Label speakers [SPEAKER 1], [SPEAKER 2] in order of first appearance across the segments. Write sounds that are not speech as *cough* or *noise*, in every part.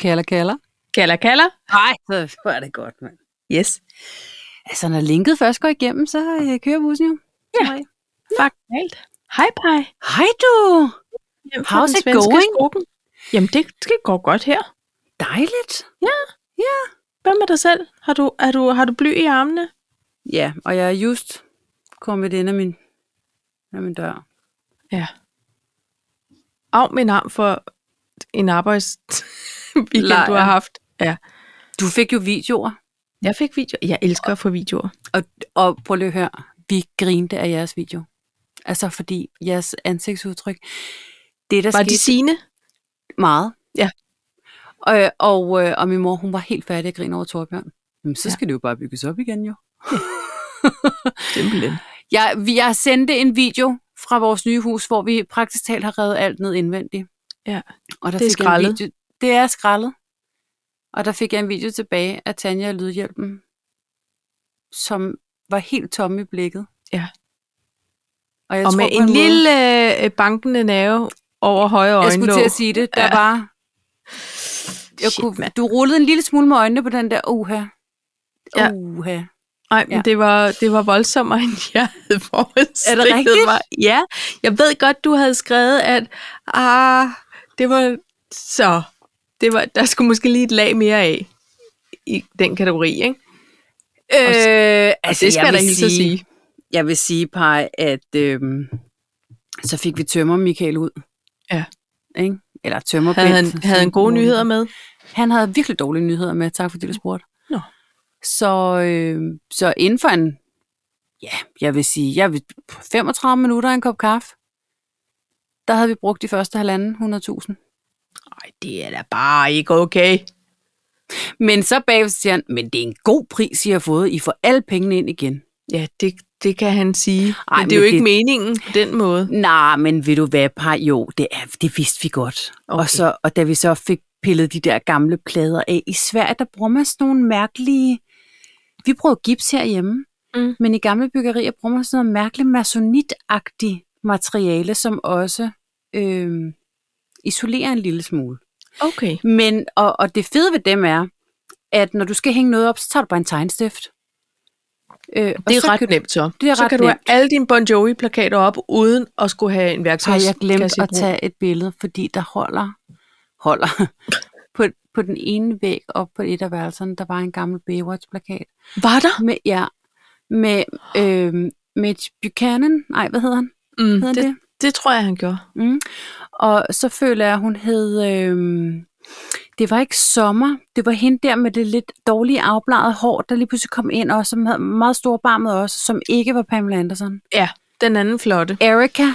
[SPEAKER 1] Kalder, kalder.
[SPEAKER 2] Kalder, kalder.
[SPEAKER 1] Nej, så var det godt, mand.
[SPEAKER 2] Yes.
[SPEAKER 1] Altså, når linket først går igennem, så øh, kører bussen jo.
[SPEAKER 2] Ja.
[SPEAKER 1] Sorry.
[SPEAKER 2] Fuck. Helt. Hej, Paj.
[SPEAKER 1] Hej du!
[SPEAKER 2] Hjem
[SPEAKER 1] How's it going?
[SPEAKER 2] Skruppen. Jamen, det, det går godt her.
[SPEAKER 1] Dejligt.
[SPEAKER 2] Hvad med dig selv? Har du, er du, har du bly i armene?
[SPEAKER 1] Ja, og jeg er just kommet ind af min, af min dør.
[SPEAKER 2] Af min arm for en arbejds *laughs* weekend,
[SPEAKER 1] Lejr.
[SPEAKER 2] du har haft. Ja.
[SPEAKER 1] Du fik jo videoer,
[SPEAKER 2] Jeg fik video. Jeg elsker at få videoer.
[SPEAKER 1] og, og prøv lige at høre, vi grinte af jeres video. Altså fordi jeres ansigtsudtryk, det der
[SPEAKER 2] Var
[SPEAKER 1] skete
[SPEAKER 2] de sine?
[SPEAKER 1] meget.
[SPEAKER 2] Ja.
[SPEAKER 1] Og, og, øh, og min mor, hun var helt færdig at grine over Torbjørn. Jamen, så
[SPEAKER 2] Ja.
[SPEAKER 1] skal det jo bare bygges op igen, jo.
[SPEAKER 2] Simpelthen.
[SPEAKER 1] Jeg, vi- jeg sendte en video fra vores nye hus, hvor vi praktisk talt har revet alt ned indvendigt.
[SPEAKER 2] Ja.
[SPEAKER 1] Og der
[SPEAKER 2] Det
[SPEAKER 1] fik
[SPEAKER 2] er
[SPEAKER 1] jeg
[SPEAKER 2] skraldet.
[SPEAKER 1] En video, det er skraldet. Og der fik jeg en video tilbage af Tanja og Lydhjælpen, som var helt tom i blikket.
[SPEAKER 2] Ja.
[SPEAKER 1] Og, jeg
[SPEAKER 2] Og
[SPEAKER 1] tror
[SPEAKER 2] med
[SPEAKER 1] på
[SPEAKER 2] en,
[SPEAKER 1] måde-
[SPEAKER 2] lille øh, bankende nerve over højre
[SPEAKER 1] Jeg skulle
[SPEAKER 2] øjenlåg.
[SPEAKER 1] til at sige det, der
[SPEAKER 2] Ja.
[SPEAKER 1] var... Jeg
[SPEAKER 2] Shit,
[SPEAKER 1] kunne,
[SPEAKER 2] mand.
[SPEAKER 1] du rullede en lille smule med øjnene på den der uha.
[SPEAKER 2] Ja.
[SPEAKER 1] Uha.
[SPEAKER 2] Nej, men
[SPEAKER 1] Ja.
[SPEAKER 2] ja. det, var, det var voldsommere, *laughs* end jeg havde forestillet
[SPEAKER 1] rigtigt?
[SPEAKER 2] mig. Ja, jeg ved godt, du havde skrevet, at ah, det var så. Det var, der skulle måske lige et lag mere af i den kategori, ikke?
[SPEAKER 1] Øh,
[SPEAKER 2] Altså, det skal jeg da hilse at sige.
[SPEAKER 1] Jeg vil sige, Paj, at øhm, så fik vi tømmer Michael ud.
[SPEAKER 2] Ja.
[SPEAKER 1] Ikke? Eller tømmer
[SPEAKER 2] Havde
[SPEAKER 1] Bent,
[SPEAKER 2] han,
[SPEAKER 1] som
[SPEAKER 2] havde han gode
[SPEAKER 1] hun-
[SPEAKER 2] nyheder med?
[SPEAKER 1] Han havde virkelig dårlige nyheder med. Tak fordi du spurgte.
[SPEAKER 2] Nå.
[SPEAKER 1] Så, øh, så inden for en, ja, jeg vil sige, jeg vil, 35 minutter og en kop kaffe, der havde vi brugt de første halvanden 100.000.
[SPEAKER 2] Nej, det er da bare ikke okay.
[SPEAKER 1] Men så bagved siger han, men det er en god pris, I har fået. I får alle pengene ind igen.
[SPEAKER 2] Ja, det, det kan han sige. Ej, men det er
[SPEAKER 1] men
[SPEAKER 2] jo ikke
[SPEAKER 1] det-
[SPEAKER 2] meningen på den måde.
[SPEAKER 1] Nej, men ved du hvad, par? Jo, det, er, det vidste vi godt. Okay.
[SPEAKER 2] Okay.
[SPEAKER 1] Og, så, og da vi så fik pillet de der gamle plader af, i Sverige, der bruger man sådan nogle mærkelige... Vi bruger gips herhjemme,
[SPEAKER 2] Mm.
[SPEAKER 1] men i gamle byggerier bruger man sådan noget mærkeligt masonitagtigt materiale, som også øh, isolerer en lille smule.
[SPEAKER 2] Okay.
[SPEAKER 1] Men, og, og det fede ved dem er, at når du skal hænge noget op, så tager du bare en tegnstift. Øh, og
[SPEAKER 2] Det
[SPEAKER 1] så
[SPEAKER 2] er ret
[SPEAKER 1] kan du-
[SPEAKER 2] nemt så.
[SPEAKER 1] det er
[SPEAKER 2] så
[SPEAKER 1] ret
[SPEAKER 2] kan du have
[SPEAKER 1] nemt.
[SPEAKER 2] alle dine Bon Jovi-plakater op, uden at skulle have en
[SPEAKER 1] har
[SPEAKER 2] værktøjskasse
[SPEAKER 1] jeg glemt
[SPEAKER 2] i
[SPEAKER 1] at
[SPEAKER 2] brug.
[SPEAKER 1] tage et billede, fordi der holder, holder *laughs* på, på den ene væg op på et af værelserne, der var en gammel Baywatch-plakat.
[SPEAKER 2] Var der?
[SPEAKER 1] Med, ja, med øh, Mitch Buchanan, nej, hvad hedder han?
[SPEAKER 2] Mm,
[SPEAKER 1] Hedder
[SPEAKER 2] det,
[SPEAKER 1] det?
[SPEAKER 2] det? det tror jeg, han gjorde.
[SPEAKER 1] Mm. Og så føler jeg, hun hed, øh, det var ikke sommer, det var hende der med det lidt dårlige afbladet hår, der lige pludselig kom ind også, som havde meget storbarmet også, som ikke var Pamela Anderson.
[SPEAKER 2] Ja, den anden flotte.
[SPEAKER 1] Erika,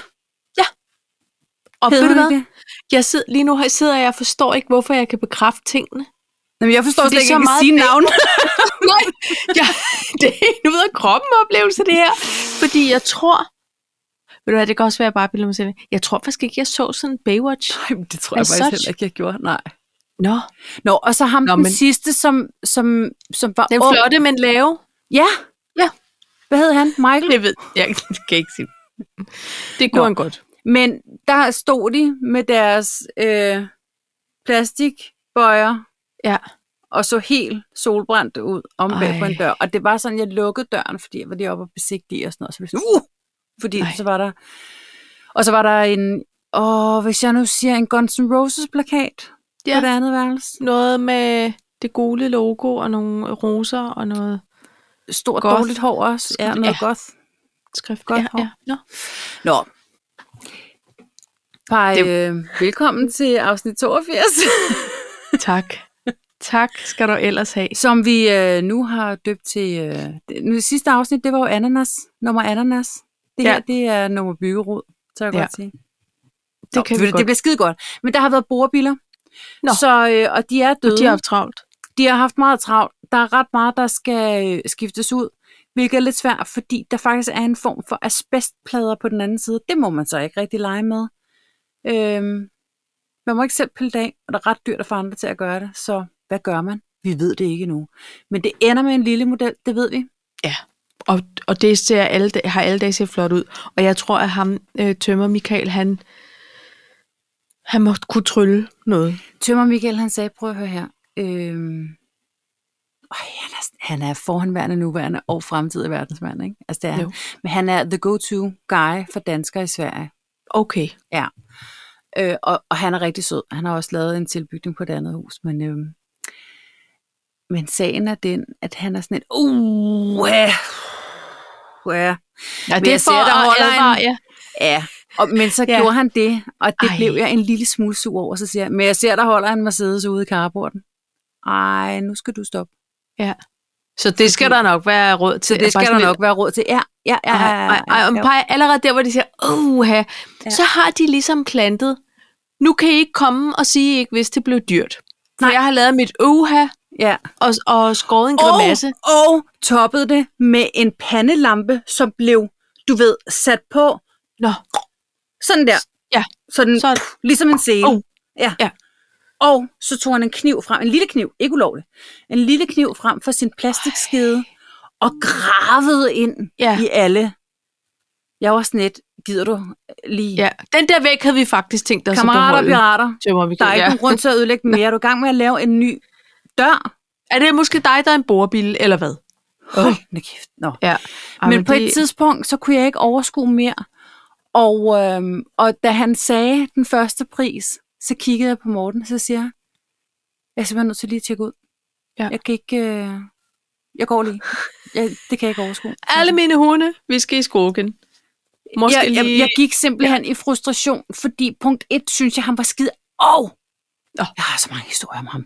[SPEAKER 2] Og
[SPEAKER 1] hed
[SPEAKER 2] ved du
[SPEAKER 1] hun
[SPEAKER 2] hvad?
[SPEAKER 1] det?
[SPEAKER 2] Jeg sidder, lige nu her sidder jeg og forstår ikke, hvorfor jeg kan bekræfte tingene.
[SPEAKER 1] Jamen, jeg forstår
[SPEAKER 2] Fordi
[SPEAKER 1] slet ikke,
[SPEAKER 2] så
[SPEAKER 1] at jeg kan
[SPEAKER 2] meget
[SPEAKER 1] sige
[SPEAKER 2] Baywatch-
[SPEAKER 1] navn.
[SPEAKER 2] *laughs* Nej, jeg, det er en ud af kroppen oplevelse, det her. Fordi jeg tror... Ved du hvad, det kan også være, at jeg bare bilder mig selv. ind. Jeg tror faktisk ikke, jeg så sådan en Baywatch.
[SPEAKER 1] Nej, men det tror
[SPEAKER 2] As such.
[SPEAKER 1] ikke, jeg gjorde. Nej.
[SPEAKER 2] Nå,
[SPEAKER 1] Nå, og så ham Nå,
[SPEAKER 2] Nå,
[SPEAKER 1] den men...
[SPEAKER 2] men-
[SPEAKER 1] sidste, som, som, som var
[SPEAKER 2] den
[SPEAKER 1] ung.
[SPEAKER 2] flotte, men lave.
[SPEAKER 1] Ja.
[SPEAKER 2] Ja.
[SPEAKER 1] Hvad hed han? Michael?
[SPEAKER 2] Det ved jeg kan ikke sige. Det kunne
[SPEAKER 1] Nå.
[SPEAKER 2] han godt.
[SPEAKER 1] Men der stod de med deres øh, plastikbøjer
[SPEAKER 2] Ja.
[SPEAKER 1] og så helt solbrændt ud om bag på
[SPEAKER 2] Ej.
[SPEAKER 1] en dør. Og det var sådan, jeg lukkede døren, fordi jeg var lige oppe og besigtige og sådan noget. Så blev jeg sådan, uh! Fordi Ej.
[SPEAKER 2] Ej.
[SPEAKER 1] så var der... Og så var der en... Åh, hvis jeg nu siger en Guns N' Roses plakat ja.
[SPEAKER 2] Ja.
[SPEAKER 1] på det andet værelse.
[SPEAKER 2] Noget med det gule logo og nogle roser og noget
[SPEAKER 1] Stort
[SPEAKER 2] Goth.
[SPEAKER 1] dårligt hår også. Ja, noget ja. goth.
[SPEAKER 2] skrift.
[SPEAKER 1] Godt
[SPEAKER 2] ja,
[SPEAKER 1] hår.
[SPEAKER 2] ja. Nå.
[SPEAKER 1] Nå. Pej,
[SPEAKER 2] Det-
[SPEAKER 1] øh, velkommen til afsnit 82,
[SPEAKER 2] Tak. Tak skal du ellers have.
[SPEAKER 1] *laughs* som vi øh, nu har døbt til... Øh, det, nu, det sidste afsnit, det var jo ananas, nummer ananas. Det her,
[SPEAKER 2] Ja.
[SPEAKER 1] det er nummer byggerod, så jeg ja.
[SPEAKER 2] Ja.
[SPEAKER 1] godt sige.
[SPEAKER 2] Det kan
[SPEAKER 1] det,
[SPEAKER 2] vi
[SPEAKER 1] det
[SPEAKER 2] godt.
[SPEAKER 1] bliver skide godt. Men der har været borebiler,
[SPEAKER 2] Nå.
[SPEAKER 1] så, øh, og de er døde.
[SPEAKER 2] De har haft travlt.
[SPEAKER 1] de har haft meget travlt. Der er ret meget, der skal øh, skiftes ud, hvilket er lidt svært, fordi der faktisk er en form for asbestplader på den anden side. Det må man så ikke rigtig lege med. Øhm, man må ikke selv pille det af, og der er ret dyrt at få andre til at gøre det, så hvad gør man? Vi ved det ikke endnu. Men det ender med en lille model, det ved vi.
[SPEAKER 2] Og, og det ser alle, da- har alle dage set flot ud. Og jeg tror, at ham øh, tømmer Michael, han, Han måtte kunne trylle noget.
[SPEAKER 1] Tømmer Michael, han sagde, prøv at høre her. Øhm, øj, han, er, han er forhenværende, nuværende og fremtidig verdensmand, ikke? Altså, det er han.
[SPEAKER 2] Jo.
[SPEAKER 1] Men han er the go-to guy for danskere i Sverige.
[SPEAKER 2] Okay.
[SPEAKER 1] Ja. Øh, og, og han er rigtig sød. Han har også lavet en tilbygning på et andet hus, men... Øhm, men sagen er den, at han er sådan et... Uh, ja. ja.
[SPEAKER 2] Ja,
[SPEAKER 1] Men jeg ser, der holder en-
[SPEAKER 2] ja.
[SPEAKER 1] Ja, og, men så
[SPEAKER 2] Ja.
[SPEAKER 1] ja. gjorde han det, og det
[SPEAKER 2] Ej.
[SPEAKER 1] Ej. blev jeg en lille smule sur over. Så siger jeg, men jeg ser, der holder en Mercedes ude i carporten. Ej, nu skal du stoppe.
[SPEAKER 2] Så det skal der nok være råd til.
[SPEAKER 1] Så det skal der nok være råd til. Ja, ja, ja. ja, ja,
[SPEAKER 2] Ej, ej, ej,
[SPEAKER 1] ja.
[SPEAKER 2] ej, allerede der, hvor de siger, uha, ja. så har de ligesom plantet. Nu kan I ikke komme og sige, at I ikke vidste, det blev dyrt. For
[SPEAKER 1] Nej.
[SPEAKER 2] jeg har lavet mit uha
[SPEAKER 1] ja.
[SPEAKER 2] og, og skåret en grimasse.
[SPEAKER 1] Og, og toppede det med en pandelampe, som blev, du ved, sat på.
[SPEAKER 2] Nå,
[SPEAKER 1] Sådan der.
[SPEAKER 2] Ja.
[SPEAKER 1] Sådan,
[SPEAKER 2] så
[SPEAKER 1] så... ligesom en sele.
[SPEAKER 2] Oh.
[SPEAKER 1] Ja.
[SPEAKER 2] Ja.
[SPEAKER 1] Og så tog han en kniv frem, en lille kniv, ikke ulovlig, en lille kniv frem for sin plastikskede, og gravede ind
[SPEAKER 2] Ja.
[SPEAKER 1] ja. i alle. Jeg var sådan lidt, gider du lige?
[SPEAKER 2] ja. Den der væg havde vi faktisk tænkt os at
[SPEAKER 1] Kammerater,
[SPEAKER 2] beholde.
[SPEAKER 1] pirater,
[SPEAKER 2] Tømmer Michael,
[SPEAKER 1] der er ikke
[SPEAKER 2] ja.
[SPEAKER 1] nogen grund til at ødelægge den mere. Er du i gang med at lave en ny dør?
[SPEAKER 2] Er det måske dig, der er en borebil, eller hvad?
[SPEAKER 1] Hold nu kæft. Nå.
[SPEAKER 2] Ja. Ej,
[SPEAKER 1] men på
[SPEAKER 2] det-
[SPEAKER 1] et tidspunkt, så kunne jeg ikke overskue mere. Og, øhm, og da han sagde den første pris, så kiggede jeg på Morten, så siger jeg, jeg er simpelthen nødt til lige at tjekke ud.
[SPEAKER 2] Ja.
[SPEAKER 1] Jeg kan ikke... Øh, jeg går lige. Jeg, det kan jeg ikke overskue.
[SPEAKER 2] *laughs* Alle mine hunde, vi skal i skogen. Måske
[SPEAKER 1] jeg, jeg,
[SPEAKER 2] lige...
[SPEAKER 1] jeg gik simpelthen ja. i frustration, fordi punkt 1 synes jeg, han var skide. Og
[SPEAKER 2] Nå.
[SPEAKER 1] oh. jeg har så mange historier om ham.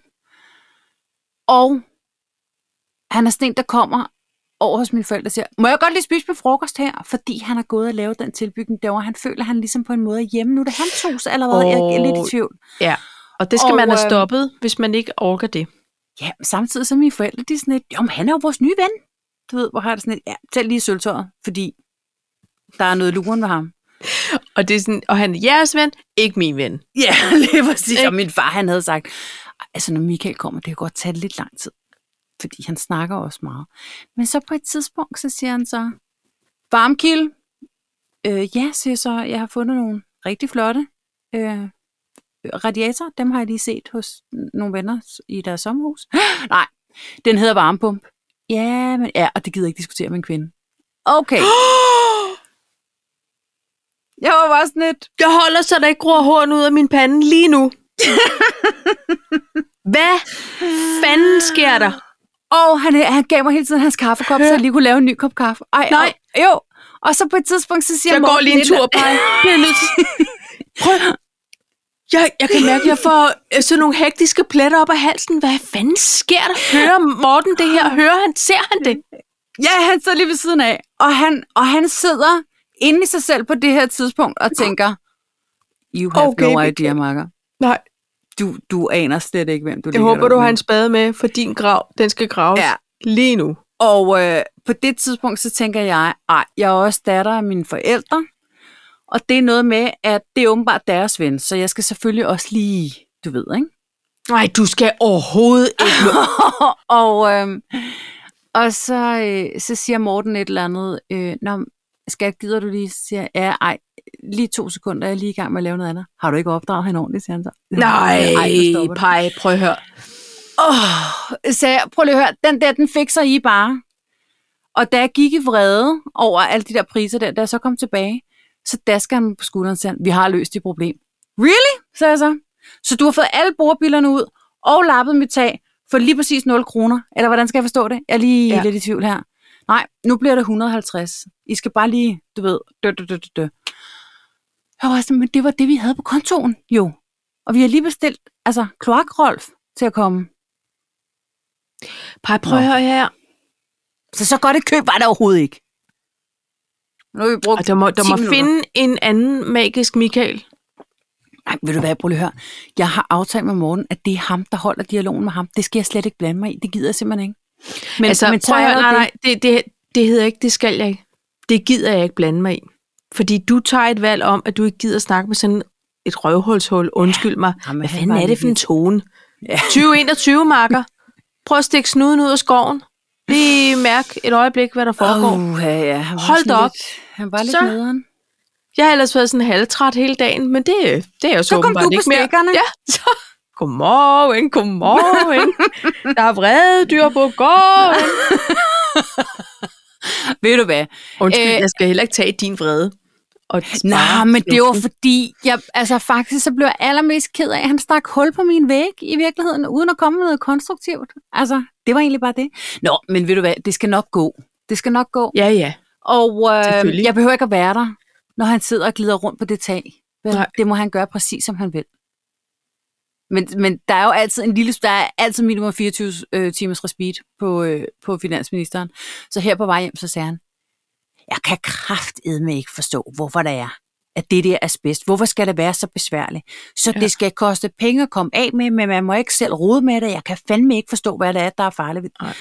[SPEAKER 1] Og han er sådan en, der kommer over hos mine forældre og siger, må jeg godt lige spise på frokost her? Fordi han har gået og lavet den tilbygning derovre. Han føler, han ligesom på en måde er hjemme nu. Det er hans hus allerede. Oh. Jeg er lidt
[SPEAKER 2] Åh.
[SPEAKER 1] i tvivl.
[SPEAKER 2] Ja. Og øh, det skal
[SPEAKER 1] Og,
[SPEAKER 2] man have
[SPEAKER 1] øhm,
[SPEAKER 2] stoppet, hvis man ikke orker det.
[SPEAKER 1] Ja, men samtidig så er mine forældre, de er sådan lidt, jo, men han er jo vores nye ven. Du ved, hvor har jeg det sådan lidt, ja, tag lige sølvtøjet, fordi der er noget luren ved ham.
[SPEAKER 2] Og, det er sådan, og han er jeres ven, ikke min ven.
[SPEAKER 1] Ja, *laughs* lige præcis.
[SPEAKER 2] Ikke?
[SPEAKER 1] Og min far, han havde sagt, altså når Michael kommer, det kan godt tage lidt lang tid. Fordi han snakker også meget. Men så på et tidspunkt, så siger han så, varmkilde. Øh, ja, siger jeg så, jeg har fundet nogle rigtig flotte øh, radiatorer. Dem har jeg lige set hos nogle venner i deres sommerhus. *gasps* Nej, den hedder varmepump. Ja, men ja, og det gider jeg ikke diskutere med en kvinde. Okay. *gasps* Jeg var bare sådan lidt,
[SPEAKER 2] Jeg holder, så der ikke gror horn ud af min pande lige nu. Hvad fanden sker der?
[SPEAKER 1] Og han, han gav mig hele tiden hans kaffekop, så jeg lige kunne lave en ny kop kaffe. Ej,
[SPEAKER 2] Nej.
[SPEAKER 1] Og, jo. Og så på et tidspunkt, så siger
[SPEAKER 2] Jeg går
[SPEAKER 1] Morten
[SPEAKER 2] lige en
[SPEAKER 1] et
[SPEAKER 2] tur
[SPEAKER 1] eller-
[SPEAKER 2] på *laughs* Jeg er nødt til... Prøv. Jeg, jeg kan mærke, at jeg får øh, sådan nogle hektiske pletter op af halsen. Hvad fanden sker der? Hører Morten det her? Hører han? Ser han det?
[SPEAKER 1] Ja, han sidder lige ved siden af. Og han, og han sidder inde i sig selv på det her tidspunkt og tænker, you have okay,
[SPEAKER 2] Okay,
[SPEAKER 1] no
[SPEAKER 2] Michael.
[SPEAKER 1] idea, Marker.
[SPEAKER 2] Nej,
[SPEAKER 1] Du, du aner slet ikke, hvem du
[SPEAKER 2] jeg
[SPEAKER 1] ligger
[SPEAKER 2] håber,
[SPEAKER 1] derude
[SPEAKER 2] du har
[SPEAKER 1] med."
[SPEAKER 2] en spade med, for din grav, den skal graves
[SPEAKER 1] Ja.
[SPEAKER 2] lige nu.
[SPEAKER 1] Og øh, på det tidspunkt, så tænker jeg, ej, jeg er også datter af mine forældre. Og det er noget med, at det er åbenbart deres ven, så jeg skal selvfølgelig også lige, du ved, ikke?
[SPEAKER 2] Nej, du skal overhovedet
[SPEAKER 1] *laughs*
[SPEAKER 2] ikke.
[SPEAKER 1] og, øh, og så, øh, så siger Morten et eller andet, øh, Nå, skat, gider du lige? Så siger jeg, ja, ej, lige to sekunder, jeg er lige i gang med at lave noget andet. Har du ikke opdraget hende ordentligt, siger han så.
[SPEAKER 2] Nej,
[SPEAKER 1] nu stopper det.
[SPEAKER 2] pej, prøv at høre.
[SPEAKER 1] Åh, så jeg, prøv lige at høre, den der, den fikser I bare. Og da jeg gik i vrede over alle de der priser der, da jeg så kom tilbage, så dasker han mig på skulderen og siger, han, vi har løst det problem. Really? sagde jeg så. Så du har fået alle bordbillerne ud og lappet mit tag for lige præcis 0 kroner. Eller hvordan skal jeg forstå det? Jeg er lige
[SPEAKER 2] Ja.
[SPEAKER 1] ja. lidt i tvivl her. Nej, nu bliver det 150. I skal bare lige, du ved, dø, dø, dø, dø, dø. Jeg var sådan, men det var det, vi havde på kontoen, jo. Og vi har lige bestilt, altså, kloakrolf til at komme.
[SPEAKER 2] Pej, prøv at
[SPEAKER 1] Nå.
[SPEAKER 2] høre her.
[SPEAKER 1] Så så godt et køb var det overhovedet ikke. Nu har vi brugt...
[SPEAKER 2] Og der må, der
[SPEAKER 1] 10
[SPEAKER 2] må
[SPEAKER 1] minutter.
[SPEAKER 2] finde en anden magisk Michael.
[SPEAKER 1] Nej, ved du hvad, prøv lige at høre. Jeg har aftalt med Morten, at det er ham, der holder dialogen med ham. Det skal jeg slet ikke blande mig i. Det gider jeg simpelthen ikke. Men,
[SPEAKER 2] altså,
[SPEAKER 1] men så
[SPEAKER 2] prøv at
[SPEAKER 1] er
[SPEAKER 2] høre,
[SPEAKER 1] der
[SPEAKER 2] nej,
[SPEAKER 1] det.
[SPEAKER 2] nej, det, det, det hedder ikke, det skal jeg ikke. Det gider jeg ikke blande mig i. Fordi du tager et valg om, at du ikke gider snakke med sådan et røvhulshul. Undskyld mig.
[SPEAKER 1] jamen,
[SPEAKER 2] Hvad
[SPEAKER 1] han
[SPEAKER 2] fanden
[SPEAKER 1] var
[SPEAKER 2] er det
[SPEAKER 1] lidt
[SPEAKER 2] for en tone? *laughs*
[SPEAKER 1] Ja.
[SPEAKER 2] 2021 marker. Prøv at stikke snuden ud af skoven. Lige mærk et øjeblik, hvad der foregår.
[SPEAKER 1] Åh, ja, ja. Han var
[SPEAKER 2] Hold
[SPEAKER 1] sådan
[SPEAKER 2] da op.
[SPEAKER 1] Lidt, han var lidt
[SPEAKER 2] Så-
[SPEAKER 1] nederen.
[SPEAKER 2] Jeg har ellers været sådan halvtræt hele dagen, men det, det er jeg så,
[SPEAKER 1] Så kom
[SPEAKER 2] åbenbart
[SPEAKER 1] du på
[SPEAKER 2] ikke mere.
[SPEAKER 1] stikkerne.
[SPEAKER 2] Ja, så... Godmorgen,
[SPEAKER 1] *laughs*
[SPEAKER 2] godmorgen. Der er vrede dyr på gården.
[SPEAKER 1] Ved du hvad?
[SPEAKER 2] Undskyld,
[SPEAKER 1] Øh,
[SPEAKER 2] jeg skal heller ikke tage din vrede. Og
[SPEAKER 1] Nej, men det var fordi, jeg, altså faktisk så blev jeg allermest ked af, at han stak hul på min væg i virkeligheden, uden at komme med noget konstruktivt. Altså, det var egentlig bare det. Nå, men ved du hvad, det skal nok gå. Det skal nok gå.
[SPEAKER 2] Ja, ja.
[SPEAKER 1] Og øh,
[SPEAKER 2] Selvfølgelig.
[SPEAKER 1] jeg behøver ikke at være der, når han sidder og glider rundt på det tag. Vel,
[SPEAKER 2] Nej.
[SPEAKER 1] det må han gøre præcis, som han vil. Men, men der er jo altid en lille, der er altid minimum 24 øh, timers respit på, øh, på finansministeren. Så her på vej hjem, så sagde han, jeg kan kraftedme ikke forstå, hvorfor der er, at det der asbest, hvorfor skal det være så besværligt? Så ja.
[SPEAKER 2] Ja.
[SPEAKER 1] det skal koste penge at komme af med, men man må ikke selv rode med det. Jeg kan fandme ikke forstå, hvad det er, der er farligt. ved det."
[SPEAKER 2] Nej.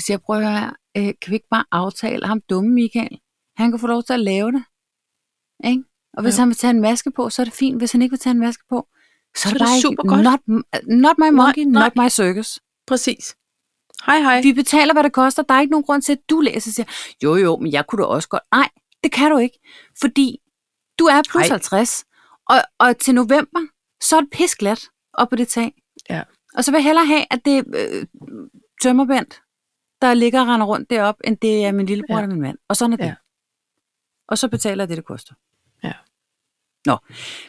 [SPEAKER 1] Så jeg prøver her, øh, kan vi ikke bare aftale at ham dumme Michael? Han kan få lov til at lave det. Ikke? Og hvis
[SPEAKER 2] Jo.
[SPEAKER 1] ja. han vil tage en maske på, så er det fint. Hvis han ikke vil tage en maske på, så er det,
[SPEAKER 2] er det
[SPEAKER 1] bare ikke,
[SPEAKER 2] supergodt.
[SPEAKER 1] Not, not my monkey,
[SPEAKER 2] nej.
[SPEAKER 1] not my circus.
[SPEAKER 2] Præcis. Hej, hej.
[SPEAKER 1] Vi betaler, hvad det koster. Der er ikke nogen grund til, at du læser og siger, jo jo, men jeg kunne da også godt. Nej, det kan du ikke, fordi du er plus
[SPEAKER 2] Nej.
[SPEAKER 1] Ej. 50, og, og til november, så er det pisglat op på det tag.
[SPEAKER 2] Ja.
[SPEAKER 1] Og så vil jeg hellere have, at det er øh, tømmerbændt, der ligger og render rundt deroppe, end det er min lillebror
[SPEAKER 2] Ja.
[SPEAKER 1] ja. og min mand. Og sådan er det.
[SPEAKER 2] Ja.
[SPEAKER 1] Ja. Og så betaler jeg det, det koster.
[SPEAKER 2] Ja.
[SPEAKER 1] Nå,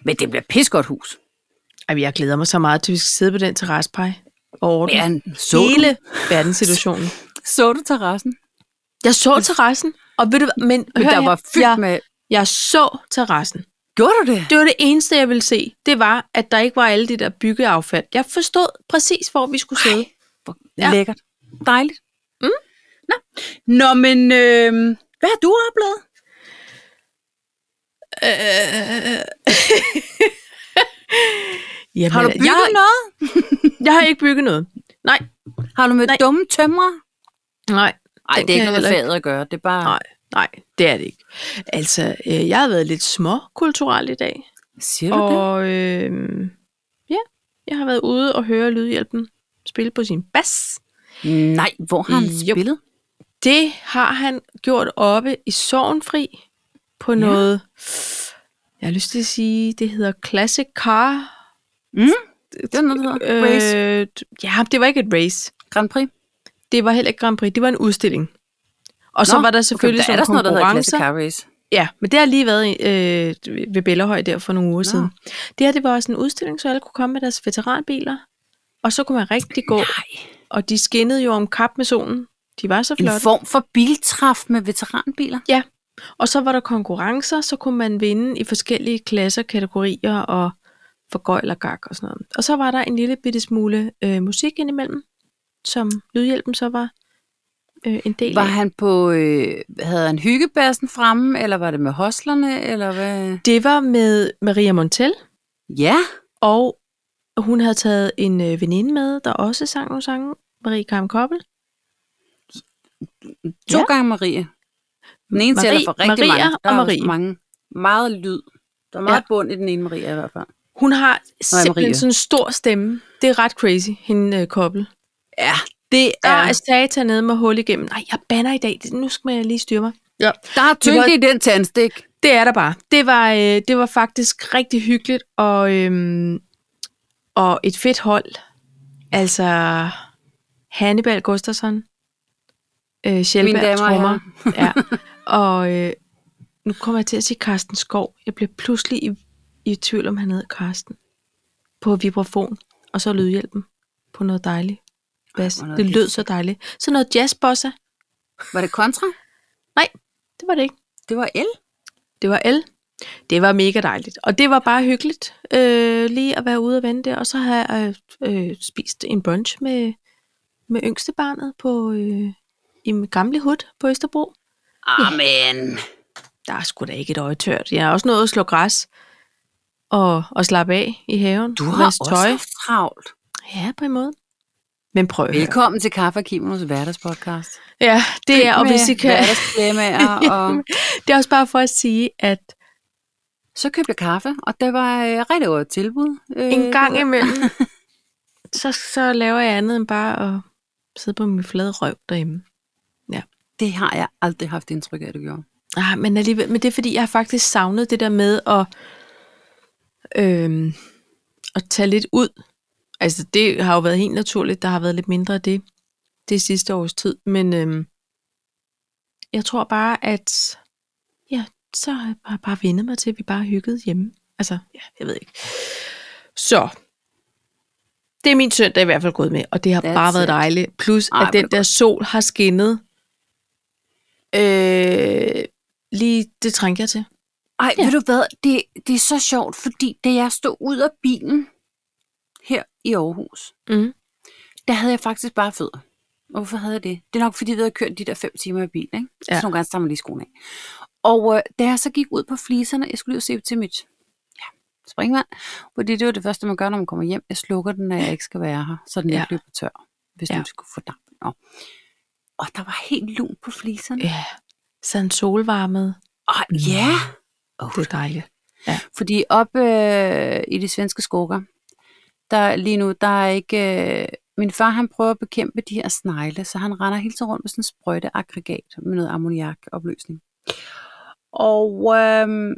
[SPEAKER 1] men det bliver et pisgodt hus.
[SPEAKER 2] Ej, jeg glæder mig så meget til, at vi skal sidde på den terraspej og ordne
[SPEAKER 1] Ja, så,
[SPEAKER 2] hele
[SPEAKER 1] Hele.
[SPEAKER 2] verdenssituationen.
[SPEAKER 1] Du, så du terrassen?
[SPEAKER 2] Jeg så terrassen, og ved du hvad, men
[SPEAKER 1] Men
[SPEAKER 2] hør
[SPEAKER 1] der
[SPEAKER 2] her,
[SPEAKER 1] var fyldt
[SPEAKER 2] jeg,
[SPEAKER 1] med...
[SPEAKER 2] jeg så terrassen.
[SPEAKER 1] Gjorde du det?
[SPEAKER 2] Det var det eneste, jeg ville se. Det var, at der ikke var alle de der byggeaffald. Jeg forstod præcis, hvor vi skulle sidde.
[SPEAKER 1] Hvor
[SPEAKER 2] Ja.
[SPEAKER 1] ja. lækkert. Dejligt. Mm. Nå. Nå, men øh, hvad har du oplevet?
[SPEAKER 2] Jamen,
[SPEAKER 1] Har du bygget
[SPEAKER 2] jeg,
[SPEAKER 1] jeg... noget?
[SPEAKER 2] jeg har ikke bygget noget. Nej,
[SPEAKER 1] Har du mødt
[SPEAKER 2] Nej.
[SPEAKER 1] dumme tømrer?
[SPEAKER 2] nej.
[SPEAKER 1] Nej,
[SPEAKER 2] den
[SPEAKER 1] det er
[SPEAKER 2] kan
[SPEAKER 1] ikke
[SPEAKER 2] jeg
[SPEAKER 1] noget
[SPEAKER 2] heller
[SPEAKER 1] med faget at gøre. Det er bare...
[SPEAKER 2] Nej, nej, det er det ikke. Altså, øh, jeg har været lidt småkulturel i dag.
[SPEAKER 1] Siger du det?
[SPEAKER 2] Og øh, ja, jeg har været ude og høre Lydhjælpen spille på sin bas.
[SPEAKER 1] Nej, hvor har han
[SPEAKER 2] Jo.
[SPEAKER 1] spillet?
[SPEAKER 2] Det har han gjort oppe i Sorgenfri på ja. noget, jeg har lyst til at sige, det hedder Classic Car.
[SPEAKER 1] Mm? Det er noget, der hedder Race
[SPEAKER 2] Øh, ja, det var ikke et race.
[SPEAKER 1] Grand Prix.
[SPEAKER 2] Det var heller ikke Grand Prix, det var en udstilling. Og Nå, så var der selvfølgelig
[SPEAKER 1] okay, der er der sådan
[SPEAKER 2] sådan
[SPEAKER 1] noget, der hedder Classic
[SPEAKER 2] konkurrencer.
[SPEAKER 1] Car Race.
[SPEAKER 2] Ja, men det har lige været øh, ved Bellerhøj der for nogle uger Nå. siden. Det her, det var også en udstilling, så alle kunne komme med deres veteranbiler. Og så kunne man rigtig gå,
[SPEAKER 1] Nej,
[SPEAKER 2] og de skinnede jo om kap med solen. De var så
[SPEAKER 1] en
[SPEAKER 2] flotte.
[SPEAKER 1] form for biltræf med veteranbiler.
[SPEAKER 2] Og så var der konkurrencer, så kunne man vinde i forskellige klasser, kategorier og for gøjl og gak og sådan noget. Og så var der en lille bitte smule øh, musik indimellem, som Lydhjælpen så var øh, en del
[SPEAKER 1] Var
[SPEAKER 2] af.
[SPEAKER 1] han på, øh, havde han hyggebassen fremme, eller var det med hoslerne, eller hvad?
[SPEAKER 2] Det var med Maria Montel,
[SPEAKER 1] Ja,
[SPEAKER 2] og hun havde taget en øh, veninde med, der også sang nogle sange, Marie Karim Koppel.
[SPEAKER 1] to
[SPEAKER 2] Ja.
[SPEAKER 1] ja. gange Marie. Den ene
[SPEAKER 2] Marie-
[SPEAKER 1] tæller for rigtig
[SPEAKER 2] Maria
[SPEAKER 1] mange. Der er
[SPEAKER 2] og
[SPEAKER 1] jo
[SPEAKER 2] Marie.
[SPEAKER 1] mange. Meget lyd. Der er meget ja. bund i den ene Maria i hvert fald.
[SPEAKER 2] Hun har simpelthen
[SPEAKER 1] Marie.
[SPEAKER 2] sådan en stor stemme. Det er ret crazy, hende øh, Koppel.
[SPEAKER 1] Ja, det
[SPEAKER 2] Der
[SPEAKER 1] er...
[SPEAKER 2] er satan nede med hul igennem. Nej, jeg banner i dag. Det- Nu skal jeg lige styre mig.
[SPEAKER 1] Ja. Der er tyngde
[SPEAKER 2] Det
[SPEAKER 1] i den tandstik.
[SPEAKER 2] Det er der bare. Det var, øh, det var faktisk rigtig hyggeligt, og, øhm, og et fedt hold. Altså, Hannibal Gustafsson, øh,
[SPEAKER 1] Mine
[SPEAKER 2] Sjælberg
[SPEAKER 1] damer og
[SPEAKER 2] Trummer, ja.
[SPEAKER 1] *laughs*
[SPEAKER 2] og øh, nu kommer jeg til at sige Karsten Skov. Jeg blev pludselig i, i tvivl, om han hed Karsten, på vibrafon, og så lydhjælpen på noget dejligt. Bas.
[SPEAKER 1] hvor er noget
[SPEAKER 2] Det lød så dejligt. Så noget jazzbossa.
[SPEAKER 1] Var det kontra?
[SPEAKER 2] Det var det ikke.
[SPEAKER 1] Det var el.
[SPEAKER 2] Det var el. Det var mega dejligt. Og det var bare hyggeligt øh, lige at være ude og vende der. Og så har jeg øh, spist en brunch med, med yngstebarnet på, øh, i min gamle hud på Østerbro.
[SPEAKER 1] Ah, Amen.
[SPEAKER 2] Der er sgu da ikke et øje tørt. Jeg har også nået at slå græs og, og slappe af i haven.
[SPEAKER 1] Du
[SPEAKER 2] og
[SPEAKER 1] har
[SPEAKER 2] vaske
[SPEAKER 1] også haft travlt.
[SPEAKER 2] Ja, på en måde. Men prøv at høre.
[SPEAKER 1] Velkommen til Kaffe og Kimonos hverdagspodcast.
[SPEAKER 2] Ja, det er, og hvis I kan,
[SPEAKER 1] *laughs* hverdagsklemmaer, og
[SPEAKER 2] *laughs* det er også bare for at sige, at
[SPEAKER 1] så købte jeg kaffe, og det var øh, rigtig godt tilbud. Øh,
[SPEAKER 2] En gang imellem, så, så laver jeg andet end bare at sidde på min flade røv derhjemme.
[SPEAKER 1] Det har jeg aldrig haft indtryk af, at du gjorde.
[SPEAKER 2] Ah, men alligevel, men det er fordi, jeg har faktisk savnet det der med at, øhm, at tage lidt ud. Altså det har jo været helt naturligt, der har været lidt mindre af det det sidste års tid, men øhm, jeg tror bare, at ja, så har jeg bare, bare vendet mig til, at vi bare hyggede hjemme. Altså, ja, jeg ved ikke. Så, det er min søndag i hvert fald gået med, og det har
[SPEAKER 1] That's
[SPEAKER 2] That's bare været
[SPEAKER 1] it.
[SPEAKER 2] dejligt. Plus,
[SPEAKER 1] Ej,
[SPEAKER 2] Ej,
[SPEAKER 1] hvor
[SPEAKER 2] at
[SPEAKER 1] er
[SPEAKER 2] den
[SPEAKER 1] det
[SPEAKER 2] der sol har skinnet. Øh, lige, det trængte jeg til.
[SPEAKER 1] Ej, ja.
[SPEAKER 2] Ja.
[SPEAKER 1] ved du hvad, det, det er så sjovt, fordi da jeg stod ud af bilen her i Aarhus,
[SPEAKER 2] Mm.
[SPEAKER 1] der havde jeg faktisk bare fødder. Og Hvorfor havde jeg det? Det er nok, fordi vi havde kørt de der fem timer i bilen, ikke? Ja.
[SPEAKER 2] Ja.
[SPEAKER 1] Så nogle gange tager man lige skoene af. Og øh, da jeg så gik ud på fliserne, jeg skulle lige ud og se til mit ja, springvand, fordi det var det første, man gør, når man kommer hjem. Jeg slukker den, når jeg ikke skal være her, så den
[SPEAKER 2] Ja.
[SPEAKER 1] ikke løber tør, hvis ja.
[SPEAKER 2] Ja.
[SPEAKER 1] den skulle få damp. Nå. Og der var helt lun på fliserne.
[SPEAKER 2] Ja, sådan solvarmet.
[SPEAKER 1] Og ja,
[SPEAKER 2] Det er dejligt.
[SPEAKER 1] Fordi op øh, i de svenske skoger, der lige nu, der er ikke... Øh, min far, han prøver at bekæmpe de her snegle, så han render hele tiden rundt med sådan en sprøjteaggregat med noget ammoniakopløsning. Og øh,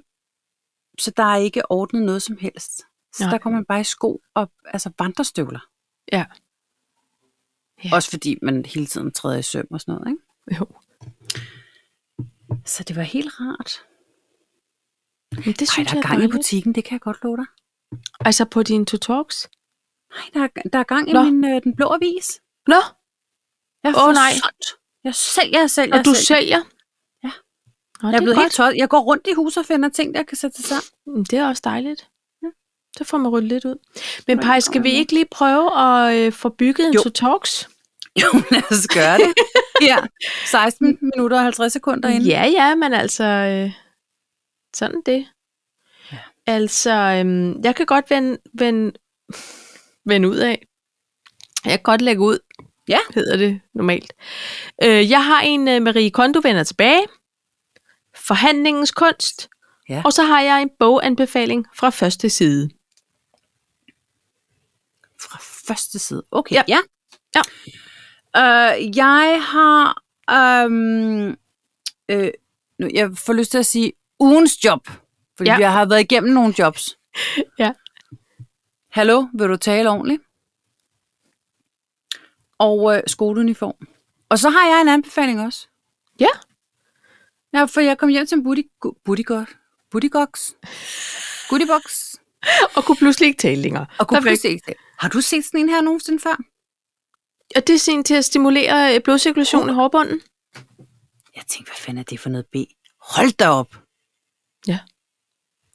[SPEAKER 1] så der er ikke ordnet noget som helst. Så Nej.
[SPEAKER 2] Nej.
[SPEAKER 1] der kommer man bare i sko og altså vandrestøvler.
[SPEAKER 2] Ja. Ja.
[SPEAKER 1] Også fordi man hele tiden træder i søm og sådan noget, ikke?
[SPEAKER 2] Jo.
[SPEAKER 1] Så det var helt rart.
[SPEAKER 2] Men det
[SPEAKER 1] Ej,
[SPEAKER 2] synes
[SPEAKER 1] der
[SPEAKER 2] jeg
[SPEAKER 1] er
[SPEAKER 2] er
[SPEAKER 1] gang i
[SPEAKER 2] dejligt.
[SPEAKER 1] butikken, det kan jeg godt love dig.
[SPEAKER 2] Altså på dine to talks?
[SPEAKER 1] Nej, der er, der er gang i
[SPEAKER 2] Nå.
[SPEAKER 1] min, øh, den blå avis.
[SPEAKER 2] Nå,
[SPEAKER 1] Jeg
[SPEAKER 2] Åh,
[SPEAKER 1] får
[SPEAKER 2] nej.
[SPEAKER 1] Solgt. Jeg sælger, jeg sælger,
[SPEAKER 2] og du
[SPEAKER 1] jeg sælger.
[SPEAKER 2] sælger?
[SPEAKER 1] Ja. Jeg er
[SPEAKER 2] Nå, det, er
[SPEAKER 1] blevet helt
[SPEAKER 2] godt.
[SPEAKER 1] tosset. Jeg går rundt i hus og finder ting, der kan sætte sig sammen.
[SPEAKER 2] Mm, det er også dejligt. Ja. Så får man ryddet lidt ud. Men
[SPEAKER 1] Nå,
[SPEAKER 2] Paj,
[SPEAKER 1] det
[SPEAKER 2] skal
[SPEAKER 1] kommer
[SPEAKER 2] vi
[SPEAKER 1] nu.
[SPEAKER 2] ikke lige prøve at øh, få bygget en
[SPEAKER 1] Jo.
[SPEAKER 2] to talks?
[SPEAKER 1] *laughs* Jo, lad os gøre det. *laughs* Mm. ja, 16 minutter og 50 sekunder inden.
[SPEAKER 2] Ja, ja, men altså, øh, sådan det.
[SPEAKER 1] Ja.
[SPEAKER 2] Altså, øhm, jeg kan godt vende, vende, *laughs* vende ud af. Jeg kan godt lægge ud,
[SPEAKER 1] Ja.
[SPEAKER 2] hedder det normalt. Øh, jeg har en øh, Marie Kondo vender tilbage, forhandlingens kunst,
[SPEAKER 1] Ja.
[SPEAKER 2] og så har jeg en boganbefaling fra første side.
[SPEAKER 1] Fra første side. Okay,
[SPEAKER 2] Ja.
[SPEAKER 1] ja.
[SPEAKER 2] Ja.
[SPEAKER 1] Øh, jeg har... Øhm, øh, nu, jeg får lyst til at sige ugens job. Fordi
[SPEAKER 2] Ja.
[SPEAKER 1] ja. jeg har været igennem nogle jobs.
[SPEAKER 2] *laughs* Ja.
[SPEAKER 1] Hallo, vil du tale ordentligt? Og øh, skoleuniform. Og så har jeg en anbefaling også.
[SPEAKER 2] Ja.
[SPEAKER 1] Ja, for jeg kom hjem til en booty, booty, booty, booty box.
[SPEAKER 2] Og kunne pludselig ikke tale længere.
[SPEAKER 1] Og kunne
[SPEAKER 2] Perfekt.
[SPEAKER 1] pludselig ikke se. Har du set sådan en her nogensinde før?
[SPEAKER 2] Og det er sådan til at stimulere øh,
[SPEAKER 1] Uh.
[SPEAKER 2] blodcirkulationen i hårbunden.
[SPEAKER 1] Jeg tænkte, hvad fanden er det for noget B? Hold da op!
[SPEAKER 2] Ja.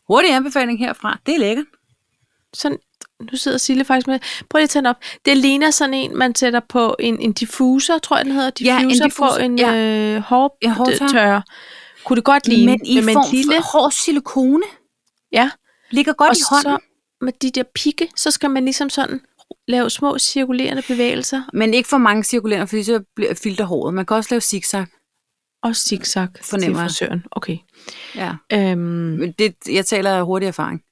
[SPEAKER 1] Hurtig anbefaling herfra. Det er lækkert.
[SPEAKER 2] sådan, nu sidder Sille faktisk med, prøv lige at tage den op. Det ligner sådan en, man sætter på en, en diffuser, tror jeg den hedder, diffuser,
[SPEAKER 1] Ja, en diffuser,
[SPEAKER 2] på en
[SPEAKER 1] ja.
[SPEAKER 2] øh, hår,
[SPEAKER 1] En hårtørrer.
[SPEAKER 2] tørre. Kunne det godt ligne,
[SPEAKER 1] men i
[SPEAKER 2] med
[SPEAKER 1] form
[SPEAKER 2] en lille,
[SPEAKER 1] for hård silikone.
[SPEAKER 2] ja,
[SPEAKER 1] Ligger godt
[SPEAKER 2] og
[SPEAKER 1] i hånden,
[SPEAKER 2] så med de der pigge, så skal man ligesom sådan lave små cirkulerende bevægelser
[SPEAKER 1] men ikke for mange cirkulerende, fordi så bliver filter håret. Man kan også lave zigzag.
[SPEAKER 2] og zigzag
[SPEAKER 1] Fornemmer
[SPEAKER 2] til
[SPEAKER 1] jeg.
[SPEAKER 2] frisøren. Okay.
[SPEAKER 1] Ja.
[SPEAKER 2] Øhm,
[SPEAKER 1] Men det, jeg taler af hurtig erfaring.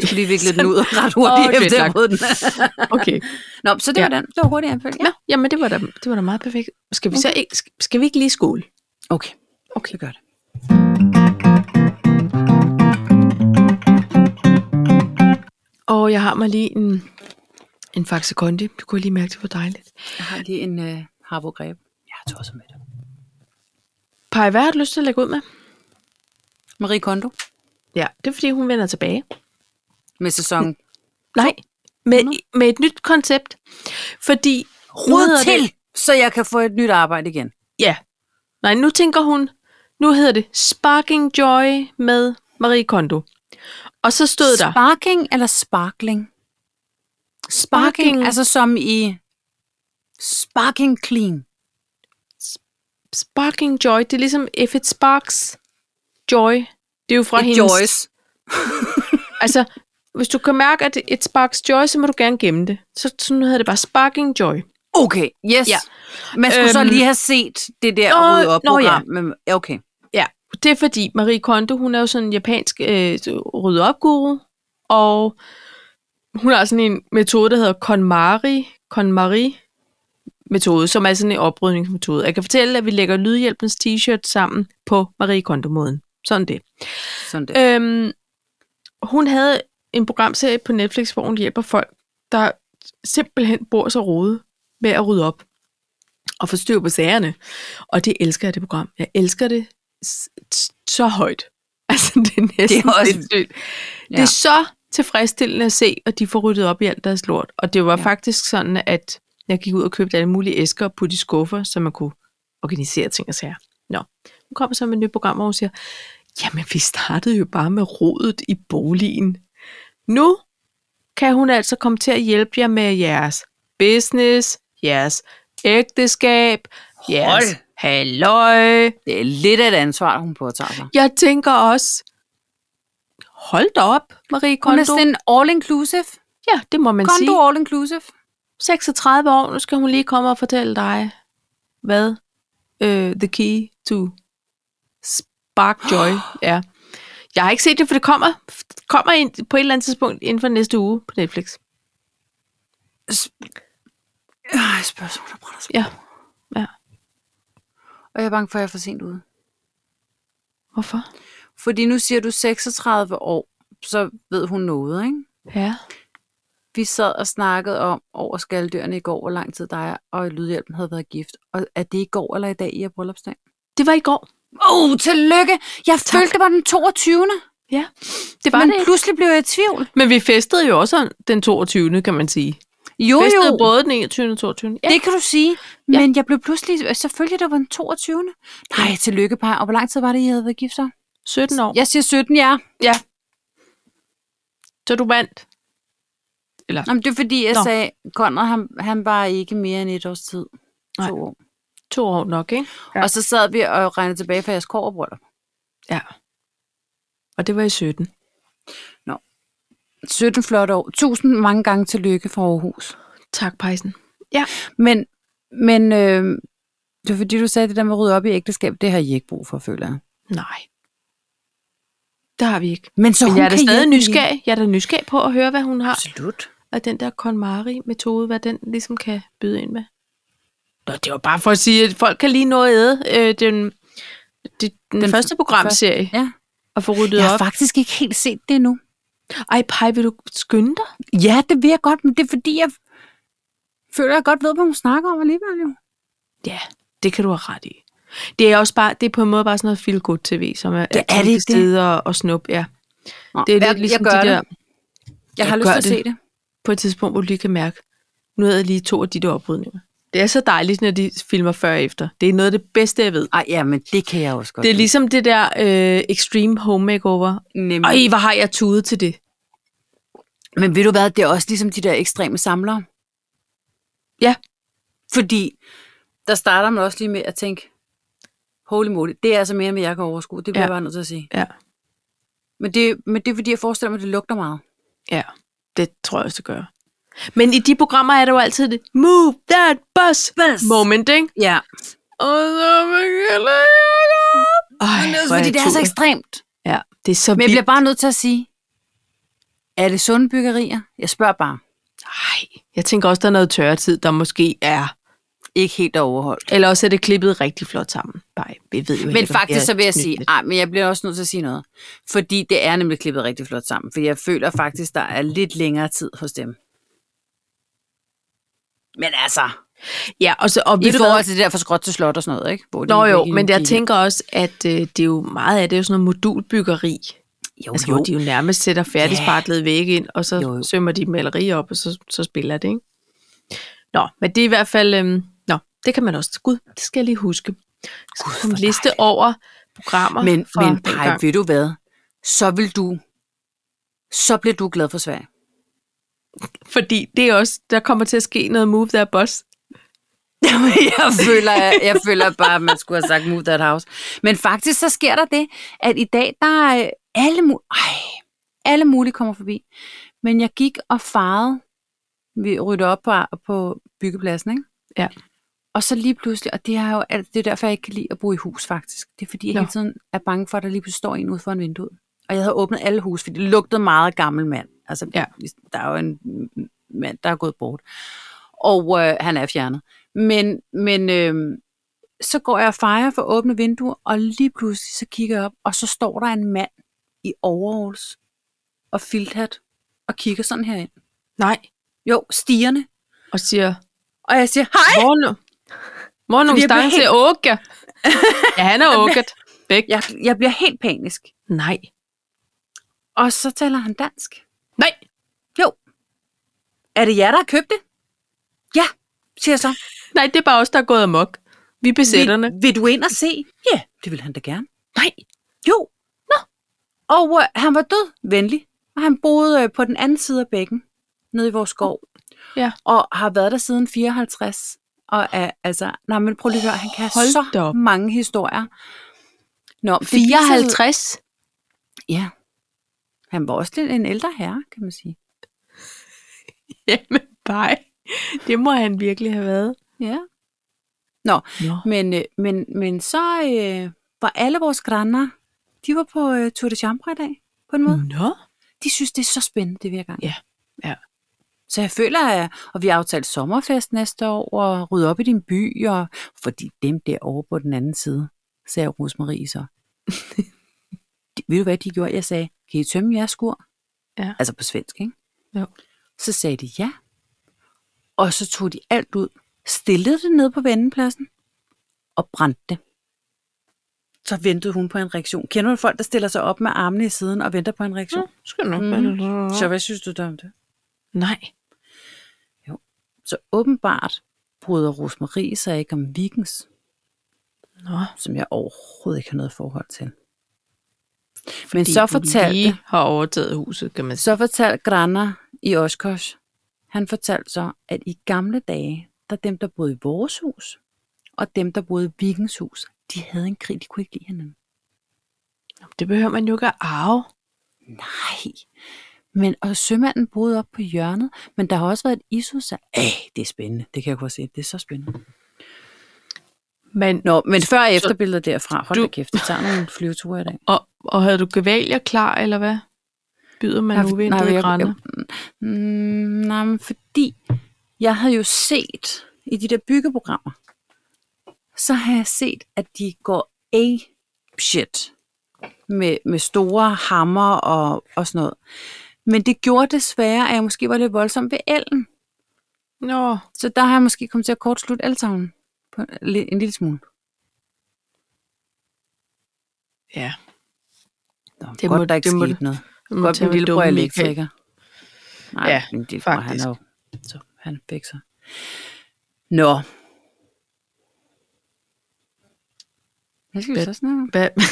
[SPEAKER 1] *laughs* Jeg skulle lige vikle den ud ret hurtigt
[SPEAKER 2] Åh, okay,
[SPEAKER 1] okay, efter jeg
[SPEAKER 2] tak.
[SPEAKER 1] brød den. *laughs*
[SPEAKER 2] okay.
[SPEAKER 1] Nå, så det
[SPEAKER 2] Ja.
[SPEAKER 1] var den. Det var hurtig anbefaling.
[SPEAKER 2] Nå, jamen det var da, det var da meget perfekt. Skal vi så ikke, skal- skal vi ikke lige skåle?
[SPEAKER 1] Okay.
[SPEAKER 2] Okay.
[SPEAKER 1] Vi gør det.
[SPEAKER 2] Og jeg har mig lige en, en Faxe Kondi. Du kunne lige mærke, det var dejligt.
[SPEAKER 1] Jeg har lige en øh, harbo greb. Jeg har tosset med det.
[SPEAKER 2] Paj, hvad har du lyst til at lægge ud med?
[SPEAKER 1] Marie Kondo
[SPEAKER 2] Ja, det er fordi, hun vender tilbage.
[SPEAKER 1] med sæson.
[SPEAKER 2] Nej, med, med et nyt koncept. Fordi... nu
[SPEAKER 1] Rod
[SPEAKER 2] hedder
[SPEAKER 1] til,
[SPEAKER 2] Det,
[SPEAKER 1] så jeg kan få et nyt arbejde igen.
[SPEAKER 2] ja. Nej, nu tænker hun... Nu hedder det Sparking Joy med Marie Kondo. Og så stod der...
[SPEAKER 1] Sparking eller sparkling? Sparking,
[SPEAKER 2] Sparking.
[SPEAKER 1] altså som i sparking clean.
[SPEAKER 2] Sparking Joy, det er ligesom If It Sparks Joy. Det er jo fra
[SPEAKER 1] Et
[SPEAKER 2] hendes...
[SPEAKER 1] *laughs* Joyce.
[SPEAKER 2] Altså, hvis du kan mærke, at et sparks joy, så må du gerne gemme det. Så, så nu hedder det bare sparking joy.
[SPEAKER 1] Okay, yes.
[SPEAKER 2] Ja.
[SPEAKER 1] Man skulle øhm, så
[SPEAKER 2] Øhm,
[SPEAKER 1] lige have set det der
[SPEAKER 2] nå,
[SPEAKER 1] rydde op
[SPEAKER 2] nå ja.
[SPEAKER 1] program. Men, ja, okay.
[SPEAKER 2] Ja, det er fordi Marie Kondo, hun er jo sådan en japansk øh, rydde op guru, og hun har sådan en metode, der hedder KonMari, KonMari, metode, som er sådan en oprydningsmetode. Jeg kan fortælle, at vi lægger Lydhjælpens t-shirt sammen på Marie Kondo-måden. Sådan det.
[SPEAKER 1] Sådan det.
[SPEAKER 2] Øhm, hun havde en programserie på Netflix, hvor hun hjælper folk, der simpelthen bor så rode med at rydde op og få styr på sagerne. Og det elsker jeg, det program. Jeg elsker det s- s- så højt. *laughs* Altså, det er næsten det er
[SPEAKER 1] også-
[SPEAKER 2] også... sindssygt. Ja. Det
[SPEAKER 1] Ja.
[SPEAKER 2] er så tilfredsstillende at se, og de får ryddet op i alt deres lort. Og det var
[SPEAKER 1] Ja.
[SPEAKER 2] ja. faktisk sådan, at jeg gik ud og købte alle mulige æsker og putte i skuffer, så man kunne organisere ting og sager. Nå, hun kommer så med et nyt program, hvor hun siger, jamen vi startede jo bare med rodet i boligen. Nu kan hun altså komme til at hjælpe jer med jeres business, jeres ægteskab, jeres
[SPEAKER 1] Hold.
[SPEAKER 2] halløj.
[SPEAKER 1] Det er lidt af et ansvar, hun påtager sig.
[SPEAKER 2] Jeg tænker også, hold da op, Marie
[SPEAKER 1] Hun er
[SPEAKER 2] Kondo.
[SPEAKER 1] sådan en all-inclusive.
[SPEAKER 2] Ja, det må man
[SPEAKER 1] Kondo
[SPEAKER 2] sige.
[SPEAKER 1] all-inclusive.
[SPEAKER 2] 36 år, nu skal hun lige komme og fortælle dig, hvad øh, the key to spark *gasps* joy er. Jeg har ikke set det, for det kommer, kommer ind på et eller andet tidspunkt inden for næste uge på Netflix.
[SPEAKER 1] Øh, spørgsmål, der brænder sig.
[SPEAKER 2] Ja. Ja.
[SPEAKER 1] Og jeg er bange for, at jeg er for sent ude.
[SPEAKER 2] Hvorfor?
[SPEAKER 1] Fordi nu siger du 36 år, så ved hun noget, ikke?
[SPEAKER 2] Ja.
[SPEAKER 1] Vi sad og snakkede om over skaldørene i går, hvor lang tid dig og Lydhjælpen havde været gift. Og er det i går eller i dag, I har bryllupsdag?
[SPEAKER 2] Det var i går.
[SPEAKER 1] Åh, oh, tillykke! Jeg tak. følte, det var den 22.
[SPEAKER 2] Ja. Det
[SPEAKER 1] Var
[SPEAKER 2] var
[SPEAKER 1] men
[SPEAKER 2] det.
[SPEAKER 1] det?
[SPEAKER 2] ikke.
[SPEAKER 1] pludselig blev jeg i tvivl.
[SPEAKER 2] Men vi festede jo også den 22. kan man sige.
[SPEAKER 1] Jo,
[SPEAKER 2] Festede
[SPEAKER 1] jo,
[SPEAKER 2] både den 21. og 22. Ja.
[SPEAKER 1] det kan du sige. Ja. Men jeg blev pludselig, øh, selvfølgelig det var den 22. Nej, tillykke, par. Og hvor lang tid var det, I havde været gift så?
[SPEAKER 2] 17 år.
[SPEAKER 1] Jeg siger 17, ja.
[SPEAKER 2] ja. Så du vandt.
[SPEAKER 1] Jamen, det er fordi, jeg Nå.
[SPEAKER 2] Nå.
[SPEAKER 1] sagde, Conrad, han, han var ikke mere end et års tid.
[SPEAKER 2] Nej.
[SPEAKER 1] To år.
[SPEAKER 2] To år nok, ikke?
[SPEAKER 1] Ja. Og så sad vi og regnede tilbage for jeres kårbryllup.
[SPEAKER 2] Ja. Og det var i 17.
[SPEAKER 1] 17 flotte år. Tusind mange gange tillykke fra Aarhus.
[SPEAKER 2] Tak, Pejsen.
[SPEAKER 1] Men, men øh, det var fordi, du sagde, det der med at rydde op i ægteskab, det har I ikke brug for, føler jeg.
[SPEAKER 2] Nej. Det har vi ikke.
[SPEAKER 1] Men så
[SPEAKER 2] Men
[SPEAKER 1] hun
[SPEAKER 2] jeg er da
[SPEAKER 1] kan
[SPEAKER 2] stadig
[SPEAKER 1] hjælpe
[SPEAKER 2] nysgerrig. Jeg er da nysgerrig på at høre, hvad hun
[SPEAKER 1] hende.
[SPEAKER 2] har.
[SPEAKER 1] Absolut.
[SPEAKER 2] Og den der KonMari-metode, hvad den ligesom kan byde ind med. Nå, det var bare for at sige, at folk kan lige nå at æde. Øh, den, det, den,
[SPEAKER 1] Den
[SPEAKER 2] den første programserie.
[SPEAKER 1] Ja.
[SPEAKER 2] Og få ryddet
[SPEAKER 1] Jeg
[SPEAKER 2] op.
[SPEAKER 1] har faktisk ikke helt set det endnu.
[SPEAKER 2] Ej, Paj, vil du skynde dig?
[SPEAKER 1] Ja, det vil jeg godt, men det er fordi, jeg føler, jeg godt ved, hvad hun snakker om alligevel. Jo.
[SPEAKER 2] Ja, det kan du have ret i. Det er også bare, det er på en måde bare sådan noget feel good tv, som er,
[SPEAKER 1] er det ikke det?
[SPEAKER 2] steder og, og snup, ja.
[SPEAKER 1] Nå,
[SPEAKER 2] Det er
[SPEAKER 1] jeg,
[SPEAKER 2] lidt ligesom
[SPEAKER 1] jeg gør
[SPEAKER 2] de der,
[SPEAKER 1] det. Jeg har
[SPEAKER 2] Jeg
[SPEAKER 1] lyst
[SPEAKER 2] gør
[SPEAKER 1] til at se
[SPEAKER 2] det.
[SPEAKER 1] det.
[SPEAKER 2] på et tidspunkt, hvor du lige kan mærke, nu havde jeg lige to af de der oprydninger. Det er så dejligt, når de filmer før og efter. Det er noget af det bedste, jeg ved.
[SPEAKER 1] Ej, ja, men det kan jeg også godt.
[SPEAKER 2] Det er ligesom det der øh, extreme home makeover.
[SPEAKER 1] Nemlig.
[SPEAKER 2] Ej, hvor har jeg tudet til det.
[SPEAKER 1] Men ved du hvad, det er også ligesom de der ekstreme samlere.
[SPEAKER 2] Ja.
[SPEAKER 1] Fordi der starter man også lige med at tænke, holy moly, det er altså mere, end hvad jeg kan overskue. Det bliver ja.
[SPEAKER 2] Ja.
[SPEAKER 1] jeg bare nødt til at sige.
[SPEAKER 2] Ja.
[SPEAKER 1] Men det, men det er fordi, jeg forestiller mig, at det lugter meget.
[SPEAKER 2] Ja, det tror jeg også, det gør. Men i de programmer er der jo altid det, move that bus,
[SPEAKER 1] Bus.
[SPEAKER 2] moment, ikke?
[SPEAKER 1] Ja.
[SPEAKER 2] Og så Ej,
[SPEAKER 1] Men det er også,
[SPEAKER 2] hvor
[SPEAKER 1] fordi det er så
[SPEAKER 2] tudet.
[SPEAKER 1] ekstremt.
[SPEAKER 2] Ja, det er så
[SPEAKER 1] Men jeg
[SPEAKER 2] vildt.
[SPEAKER 1] bliver bare nødt til at sige, er det sunde byggerier? Jeg spørger bare.
[SPEAKER 2] Ej, jeg tænker også, der er noget tørre tid, der måske er.
[SPEAKER 1] Ikke helt overholdt.
[SPEAKER 2] Eller også er det klippet rigtig flot sammen. Nej, vi ved jo
[SPEAKER 1] Men faktisk så vil jeg sige, ej, men jeg bliver også nødt til at sige noget. Fordi det er nemlig klippet rigtig flot sammen. For jeg føler faktisk, der er lidt længere tid hos dem. Men altså,
[SPEAKER 2] Ja, og, så, og
[SPEAKER 1] i
[SPEAKER 2] ved du
[SPEAKER 1] forhold
[SPEAKER 2] hvad?
[SPEAKER 1] til det der for skråt til slot og sådan noget, ikke? Hvor de
[SPEAKER 2] Nå jo,
[SPEAKER 1] virkelig-
[SPEAKER 2] men jeg
[SPEAKER 1] de-
[SPEAKER 2] tænker også, at øh, det er jo meget af det er jo sådan noget modulbyggeri.
[SPEAKER 1] jo,
[SPEAKER 2] Altså,
[SPEAKER 1] jo.
[SPEAKER 2] hvor de jo nærmest sætter færdigspartlede vægge ind, og så
[SPEAKER 1] Jo, jo.
[SPEAKER 2] sømmer de malerier op, og så, så spiller det, ikke? Nå, men det er i hvert fald... Øhm, nå, det kan man også. Gud, det skal jeg lige huske.
[SPEAKER 1] Gud,
[SPEAKER 2] en
[SPEAKER 1] hvor
[SPEAKER 2] liste over programmer
[SPEAKER 1] men,
[SPEAKER 2] fra
[SPEAKER 1] men Paj,
[SPEAKER 2] dengang.
[SPEAKER 1] ved du hvad? Så vil du, så bliver du glad for Sverige.
[SPEAKER 2] Fordi det er også, der kommer til at ske noget move der
[SPEAKER 1] *laughs*
[SPEAKER 2] boss.
[SPEAKER 1] Jamen, jeg føler, jeg, jeg føler bare, at man skulle have sagt move that house. Men faktisk så sker der det, at i dag, der er øh, alle, mu- Ej, alle mulige kommer forbi. Men jeg gik og farede. Vi rydder op på, på byggepladsen, ikke?
[SPEAKER 2] Ja.
[SPEAKER 1] Og så lige pludselig, og det er jo alt, det er derfor, jeg ikke kan lide at bo i hus faktisk. Det er fordi, jeg
[SPEAKER 2] Nå.
[SPEAKER 1] hele tiden er bange for, at der lige pludselig står en ude foran vinduet. Og jeg havde åbnet alle hus, fordi det lugtede meget af gammel mand. Altså,
[SPEAKER 2] Ja.
[SPEAKER 1] der er jo en mand, der er gået bort. Og øh, han er fjernet. Men, men øh, så går jeg og fejrer for åbne vinduer, og lige pludselig så kigger jeg op, og så står der en mand i overalls og filthat og kigger sådan herind.
[SPEAKER 2] Nej.
[SPEAKER 1] Jo, stigerne.
[SPEAKER 2] Og siger,
[SPEAKER 1] Og jeg siger, hej!
[SPEAKER 2] morgen, morgen
[SPEAKER 1] Fordi
[SPEAKER 2] nogle
[SPEAKER 1] jeg blev
[SPEAKER 2] stange
[SPEAKER 1] helt- *laughs*
[SPEAKER 2] åker. ja, han er åket. Bæk.
[SPEAKER 1] Jeg, jeg bliver helt panisk.
[SPEAKER 2] Nej.
[SPEAKER 1] Og så taler han dansk.
[SPEAKER 2] Nej.
[SPEAKER 1] Jo. Er det jer, der har købt det? Ja, siger jeg så.
[SPEAKER 2] Nej, det er bare os, der er gået amok. Vi er besætterne.
[SPEAKER 1] Vil, vil du ind og se? Ja, det vil han da gerne.
[SPEAKER 2] Nej.
[SPEAKER 1] Jo. Nå. Og øh, han var død venlig, og han boede øh, på den anden side af bækken, nede i vores skov.
[SPEAKER 2] Ja.
[SPEAKER 1] Og har været der siden 54. Og er, altså, nej, men prøv lige at høre, han kan
[SPEAKER 2] Hold
[SPEAKER 1] så
[SPEAKER 2] da op.
[SPEAKER 1] mange historier. Nå, det viser sig-
[SPEAKER 2] 54.
[SPEAKER 1] Ja. Han var også lidt en ældre herre, kan man sige.
[SPEAKER 2] Jamen, bye. Det må han virkelig have været.
[SPEAKER 1] Ja.
[SPEAKER 2] Nå.
[SPEAKER 1] Men, øh, men, men så øh, var alle vores granner, de var på øh, Tour de Chambre i dag, på en måde. Mm.
[SPEAKER 2] Nå.
[SPEAKER 1] De synes, det er så spændende, det vi er i gang.
[SPEAKER 2] Ja, ja.
[SPEAKER 1] Så jeg føler, at, og vi har aftalt sommerfest næste år, og rydde op i din by, og, fordi dem derovre på den anden side, sagde Rosmarie så. *laughs* de, ved du, hvad de gjorde? Jeg sagde, kan I tømme jeres skur?
[SPEAKER 2] Ja.
[SPEAKER 1] Altså på svensk, ikke?
[SPEAKER 2] Jo.
[SPEAKER 1] Så sagde de ja. Og så tog de alt ud, stillede det ned på vendepladsen, og brændte det. Så ventede hun på en reaktion. Kender du folk, der stiller sig op med armene i siden og venter på en reaktion?
[SPEAKER 2] Skal nok
[SPEAKER 1] Mhm.
[SPEAKER 2] mm.
[SPEAKER 1] Så hvad synes du der om det?
[SPEAKER 2] Nej.
[SPEAKER 1] Så åbenbart bryder Rosmarie sig ikke om Vikings,
[SPEAKER 2] Nå.
[SPEAKER 1] som jeg overhovedet ikke har noget forhold til. Men så
[SPEAKER 2] lige
[SPEAKER 1] fortalte,
[SPEAKER 2] har overtaget huset, kan man sige.
[SPEAKER 1] så fortalte Granner i Oshkosh, han fortalte så, at i gamle dage, der dem, der boede i vores hus, og dem, der boede i Vikings hus, de havde en krig, de kunne ikke lide hinanden.
[SPEAKER 2] Det behøver man jo ikke at arve.
[SPEAKER 1] Nej. Men, og sømanden boede op på hjørnet, men der har også været et ishusal. Æh, det er spændende. Det kan jeg godt se. Det er så spændende.
[SPEAKER 2] Men,
[SPEAKER 1] Nå, men før og
[SPEAKER 2] Så-
[SPEAKER 1] efterbilleder derfra. Hold
[SPEAKER 2] Du-
[SPEAKER 1] da kæft, det tager nogle flyveture i dag.
[SPEAKER 2] og, og havde du gevalier klar, eller hvad? Byder man
[SPEAKER 1] Nej,
[SPEAKER 2] uventede
[SPEAKER 1] nej, jeg-
[SPEAKER 2] grænder?
[SPEAKER 1] Mm, nej, men fordi jeg havde jo set i de der byggeprogrammer, så har jeg set, at de går a shit med, med store hammer og, og sådan noget. Men det gjorde desværre, at jeg måske var lidt voldsom ved elden.
[SPEAKER 2] Nå,
[SPEAKER 1] Så der har jeg måske kommet til at kortslutte altavlen på li- en lille smule.
[SPEAKER 2] ja.
[SPEAKER 1] Nå,
[SPEAKER 2] Det
[SPEAKER 1] godt,
[SPEAKER 2] må-
[SPEAKER 1] der ikke
[SPEAKER 2] det må
[SPEAKER 1] skete
[SPEAKER 2] du-
[SPEAKER 1] noget.
[SPEAKER 2] Man må
[SPEAKER 1] Godt,
[SPEAKER 2] tage
[SPEAKER 1] min lillebror er
[SPEAKER 2] dumme Michael.
[SPEAKER 1] elektriker. Nej,
[SPEAKER 2] Ja,
[SPEAKER 1] min lillebror, han
[SPEAKER 2] faktisk.
[SPEAKER 1] er jo, så han fik sig. Nå. Hvad skal vi
[SPEAKER 2] Hvad-
[SPEAKER 1] så snakke om?
[SPEAKER 2] Hvad? *laughs*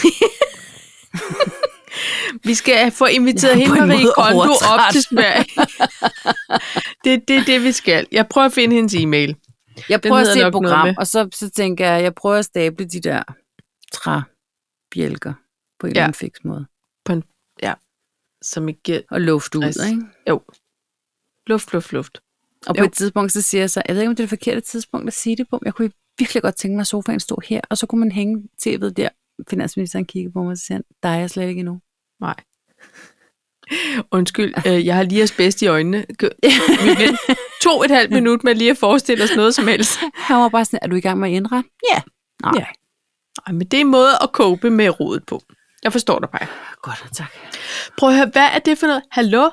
[SPEAKER 2] Vi skal få inviteret
[SPEAKER 1] Jeg er
[SPEAKER 2] hele
[SPEAKER 1] på en
[SPEAKER 2] Marie
[SPEAKER 1] måde
[SPEAKER 2] Kondo op
[SPEAKER 1] overtræt.
[SPEAKER 2] til Sverige. det er *laughs* det, er det, vi skal. Jeg prøver at finde hendes e-mail.
[SPEAKER 1] Jeg prøver at
[SPEAKER 2] hedder
[SPEAKER 1] se et
[SPEAKER 2] nok noget
[SPEAKER 1] program,
[SPEAKER 2] med-
[SPEAKER 1] og så, så tænker jeg, jeg prøver at stable de der træbjælker på en
[SPEAKER 2] Ja.
[SPEAKER 1] eller anden fiks måde.
[SPEAKER 2] Som ikke giver
[SPEAKER 1] Og lufte ud,
[SPEAKER 2] Stress.
[SPEAKER 1] ikke?
[SPEAKER 2] luft, luft, luft.
[SPEAKER 1] Og på
[SPEAKER 2] Jo.
[SPEAKER 1] et tidspunkt, så siger jeg så, jeg ved ikke, om det er det forkerte tidspunkt at sige det på, men jeg kunne virkelig godt tænke mig, at sofaen stod her, og så kunne man hænge tv'et der. Finansministeren kiggede på mig og så siger, han, der er jeg slet ikke endnu.
[SPEAKER 2] Nej. Undskyld, øh, jeg har lige asbest i øjnene. Gø- Vi vent to og et halvt minut med lige at forestille os noget som helst.
[SPEAKER 1] Han var bare sådan, er du i gang med at indrette? Ja. Nej.
[SPEAKER 2] Ja. Ej, men det er en måde at cope med rodet på. Jeg forstår dig, Paj.
[SPEAKER 1] Godt, tak.
[SPEAKER 2] Prøv at høre, hvad er det for noget? Hallo?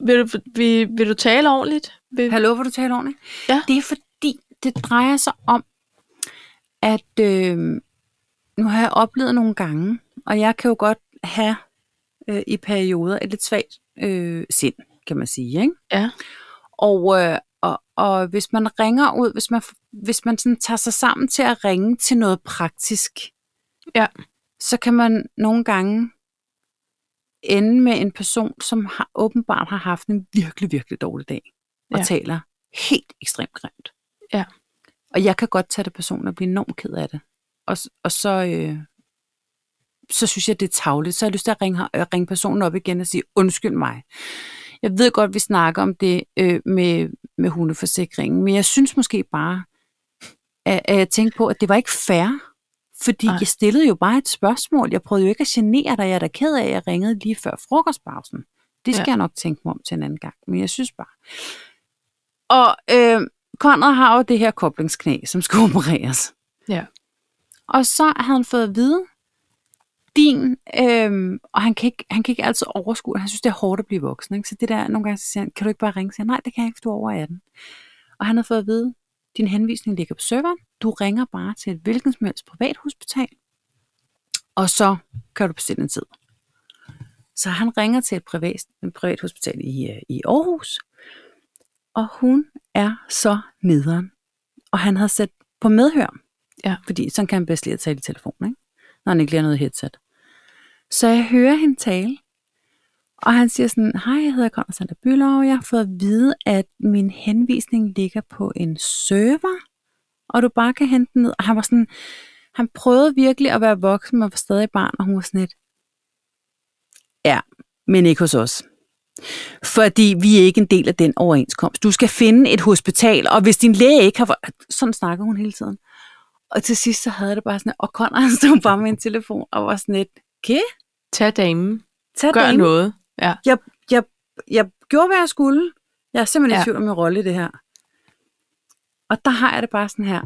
[SPEAKER 2] Vil du, vil, vil du tale ordentligt? Vil,
[SPEAKER 1] Hallo, hvor du taler ordentligt?
[SPEAKER 2] Ja.
[SPEAKER 1] Det er fordi, det drejer sig om, at øh, nu har jeg oplevet nogle gange, og jeg kan jo godt have øh, i perioder et lidt svagt øh, sind, kan man sige. Ikke?
[SPEAKER 2] Ja.
[SPEAKER 1] Og, øh, og, og hvis man ringer ud, hvis man, hvis man sådan tager sig sammen til at ringe til noget praktisk,
[SPEAKER 2] Ja.
[SPEAKER 1] så kan man nogle gange ende med en person, som har, åbenbart har haft en virkelig, virkelig dårlig dag, og
[SPEAKER 2] Ja.
[SPEAKER 1] ja. taler helt ekstremt grimt.
[SPEAKER 2] Ja.
[SPEAKER 1] Og jeg kan godt tage det personligt og blive enormt ked af det. Og, s- og så, øh, så synes jeg, det er tavligt. Så har jeg lyst til at ringe, her- øh, ringe personen op igen og sige, undskyld mig. Jeg ved godt, vi snakker om det øh, med, med hundeforsikringen, men jeg synes måske bare, at, at jeg tænkte på, at det var ikke fair. Fordi
[SPEAKER 2] Nej.
[SPEAKER 1] Ej. jeg stillede jo bare et spørgsmål. Jeg prøvede jo ikke at genere dig. Jeg er da ked af, at jeg ringede lige før frokostpausen. Det skal
[SPEAKER 2] Ja.
[SPEAKER 1] ja. jeg nok tænke mig om til en anden gang. Men jeg synes bare. Og øh, Konrad har jo det her koblingsknæ, som skulle opereres.
[SPEAKER 2] Ja.
[SPEAKER 1] Og så havde han fået at vide, din, øhm, og han kan, ikke, han kan ikke altid overskue, han synes, det er hårdt at blive voksen. Ikke? Så det der, nogle gange så siger han, kan du ikke bare ringe? Så siger han, nej, det kan jeg ikke, for du er over 18. Og han havde fået at vide, din henvisning ligger på serveren, du ringer bare til et hvilken som helst privathospital, og så kan du bestille en tid. Så han ringer til et privat, et privat hospital i, øh, i Aarhus, og hun er så nederen. Og han havde sat på medhør,
[SPEAKER 2] Ja.
[SPEAKER 1] fordi sådan kan han bedst lide at tale i telefonen, ikke? når han ikke lige har noget headset. Så jeg hører hende tale, og han siger sådan, hej, jeg hedder Conrad Sander Bylov, og jeg har fået at vide, at min henvisning ligger på en server, og du bare kan hente den ned. Og han var sådan, han prøvede virkelig at være voksen, men var stadig barn, og hun var sådan lidt, ja, men ikke hos os. Fordi vi er ikke en del af den overenskomst. Du skal finde et hospital, og hvis din læge ikke har... Sådan snakker hun hele tiden. Og til sidst så havde jeg det bare sådan, og Conrad han stod bare med en telefon og var sådan lidt, okay,
[SPEAKER 2] Tag damen.
[SPEAKER 1] tag
[SPEAKER 2] Gør
[SPEAKER 1] den.
[SPEAKER 2] noget. Ja.
[SPEAKER 1] Jeg, jeg, jeg gjorde, hvad jeg skulle. Jeg er simpelthen ja.
[SPEAKER 2] Ja.
[SPEAKER 1] i tvivl om min rolle i det her. Og der har jeg det bare sådan her.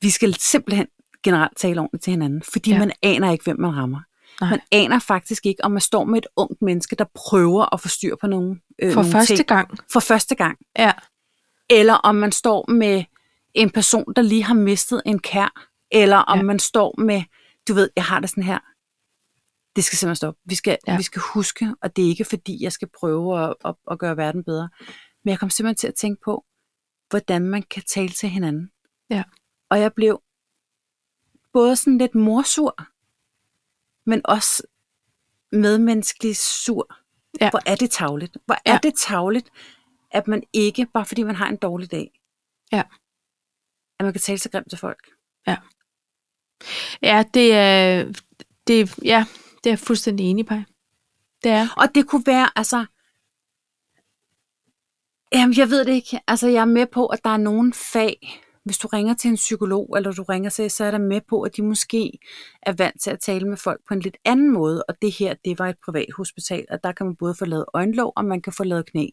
[SPEAKER 1] Vi skal simpelthen generelt tale ordentligt til hinanden, fordi ja.
[SPEAKER 2] Ja.
[SPEAKER 1] man aner ikke, hvem man rammer.
[SPEAKER 2] Nej.
[SPEAKER 1] Man aner faktisk ikke, om man står med et ungt menneske, der prøver at få styr på nogle, øh,
[SPEAKER 2] For
[SPEAKER 1] nogle
[SPEAKER 2] første
[SPEAKER 1] ting
[SPEAKER 2] gang.
[SPEAKER 1] for første gang.
[SPEAKER 2] Ja.
[SPEAKER 1] Eller om man står med en person, der lige har mistet en kær. Eller om ja.
[SPEAKER 2] Ja.
[SPEAKER 1] man står med, du ved, jeg har det sådan her. Det skal simpelthen stoppe. Vi skal, ja.
[SPEAKER 2] Ja.
[SPEAKER 1] vi skal huske, og det er ikke fordi, jeg skal prøve at, at, at gøre verden bedre. Men jeg kom simpelthen til at tænke på, hvordan man kan tale til hinanden.
[SPEAKER 2] Ja.
[SPEAKER 1] Og jeg blev både sådan lidt morsur, men også medmenneskelig sur.
[SPEAKER 2] Ja.
[SPEAKER 1] Hvor er det tavligt? Hvor er ja.
[SPEAKER 2] Ja.
[SPEAKER 1] det tavligt, at man ikke, bare fordi man har en dårlig dag,
[SPEAKER 2] Ja.
[SPEAKER 1] at man kan tale så grimt til folk.
[SPEAKER 2] Ja, det er, det, er- ja, det er jeg fuldstændig enig i, Det er.
[SPEAKER 1] Og det kunne være, altså... Jamen, jeg ved det ikke. Altså, jeg er med på, at der er nogle fag, hvis du ringer til en psykolog, eller du ringer til, så er der med på, at de måske er vant til at tale med folk på en lidt anden måde, og det her, det var et privat hospital, og der kan man både få lavet øjenlåg, og man kan få lavet knæ.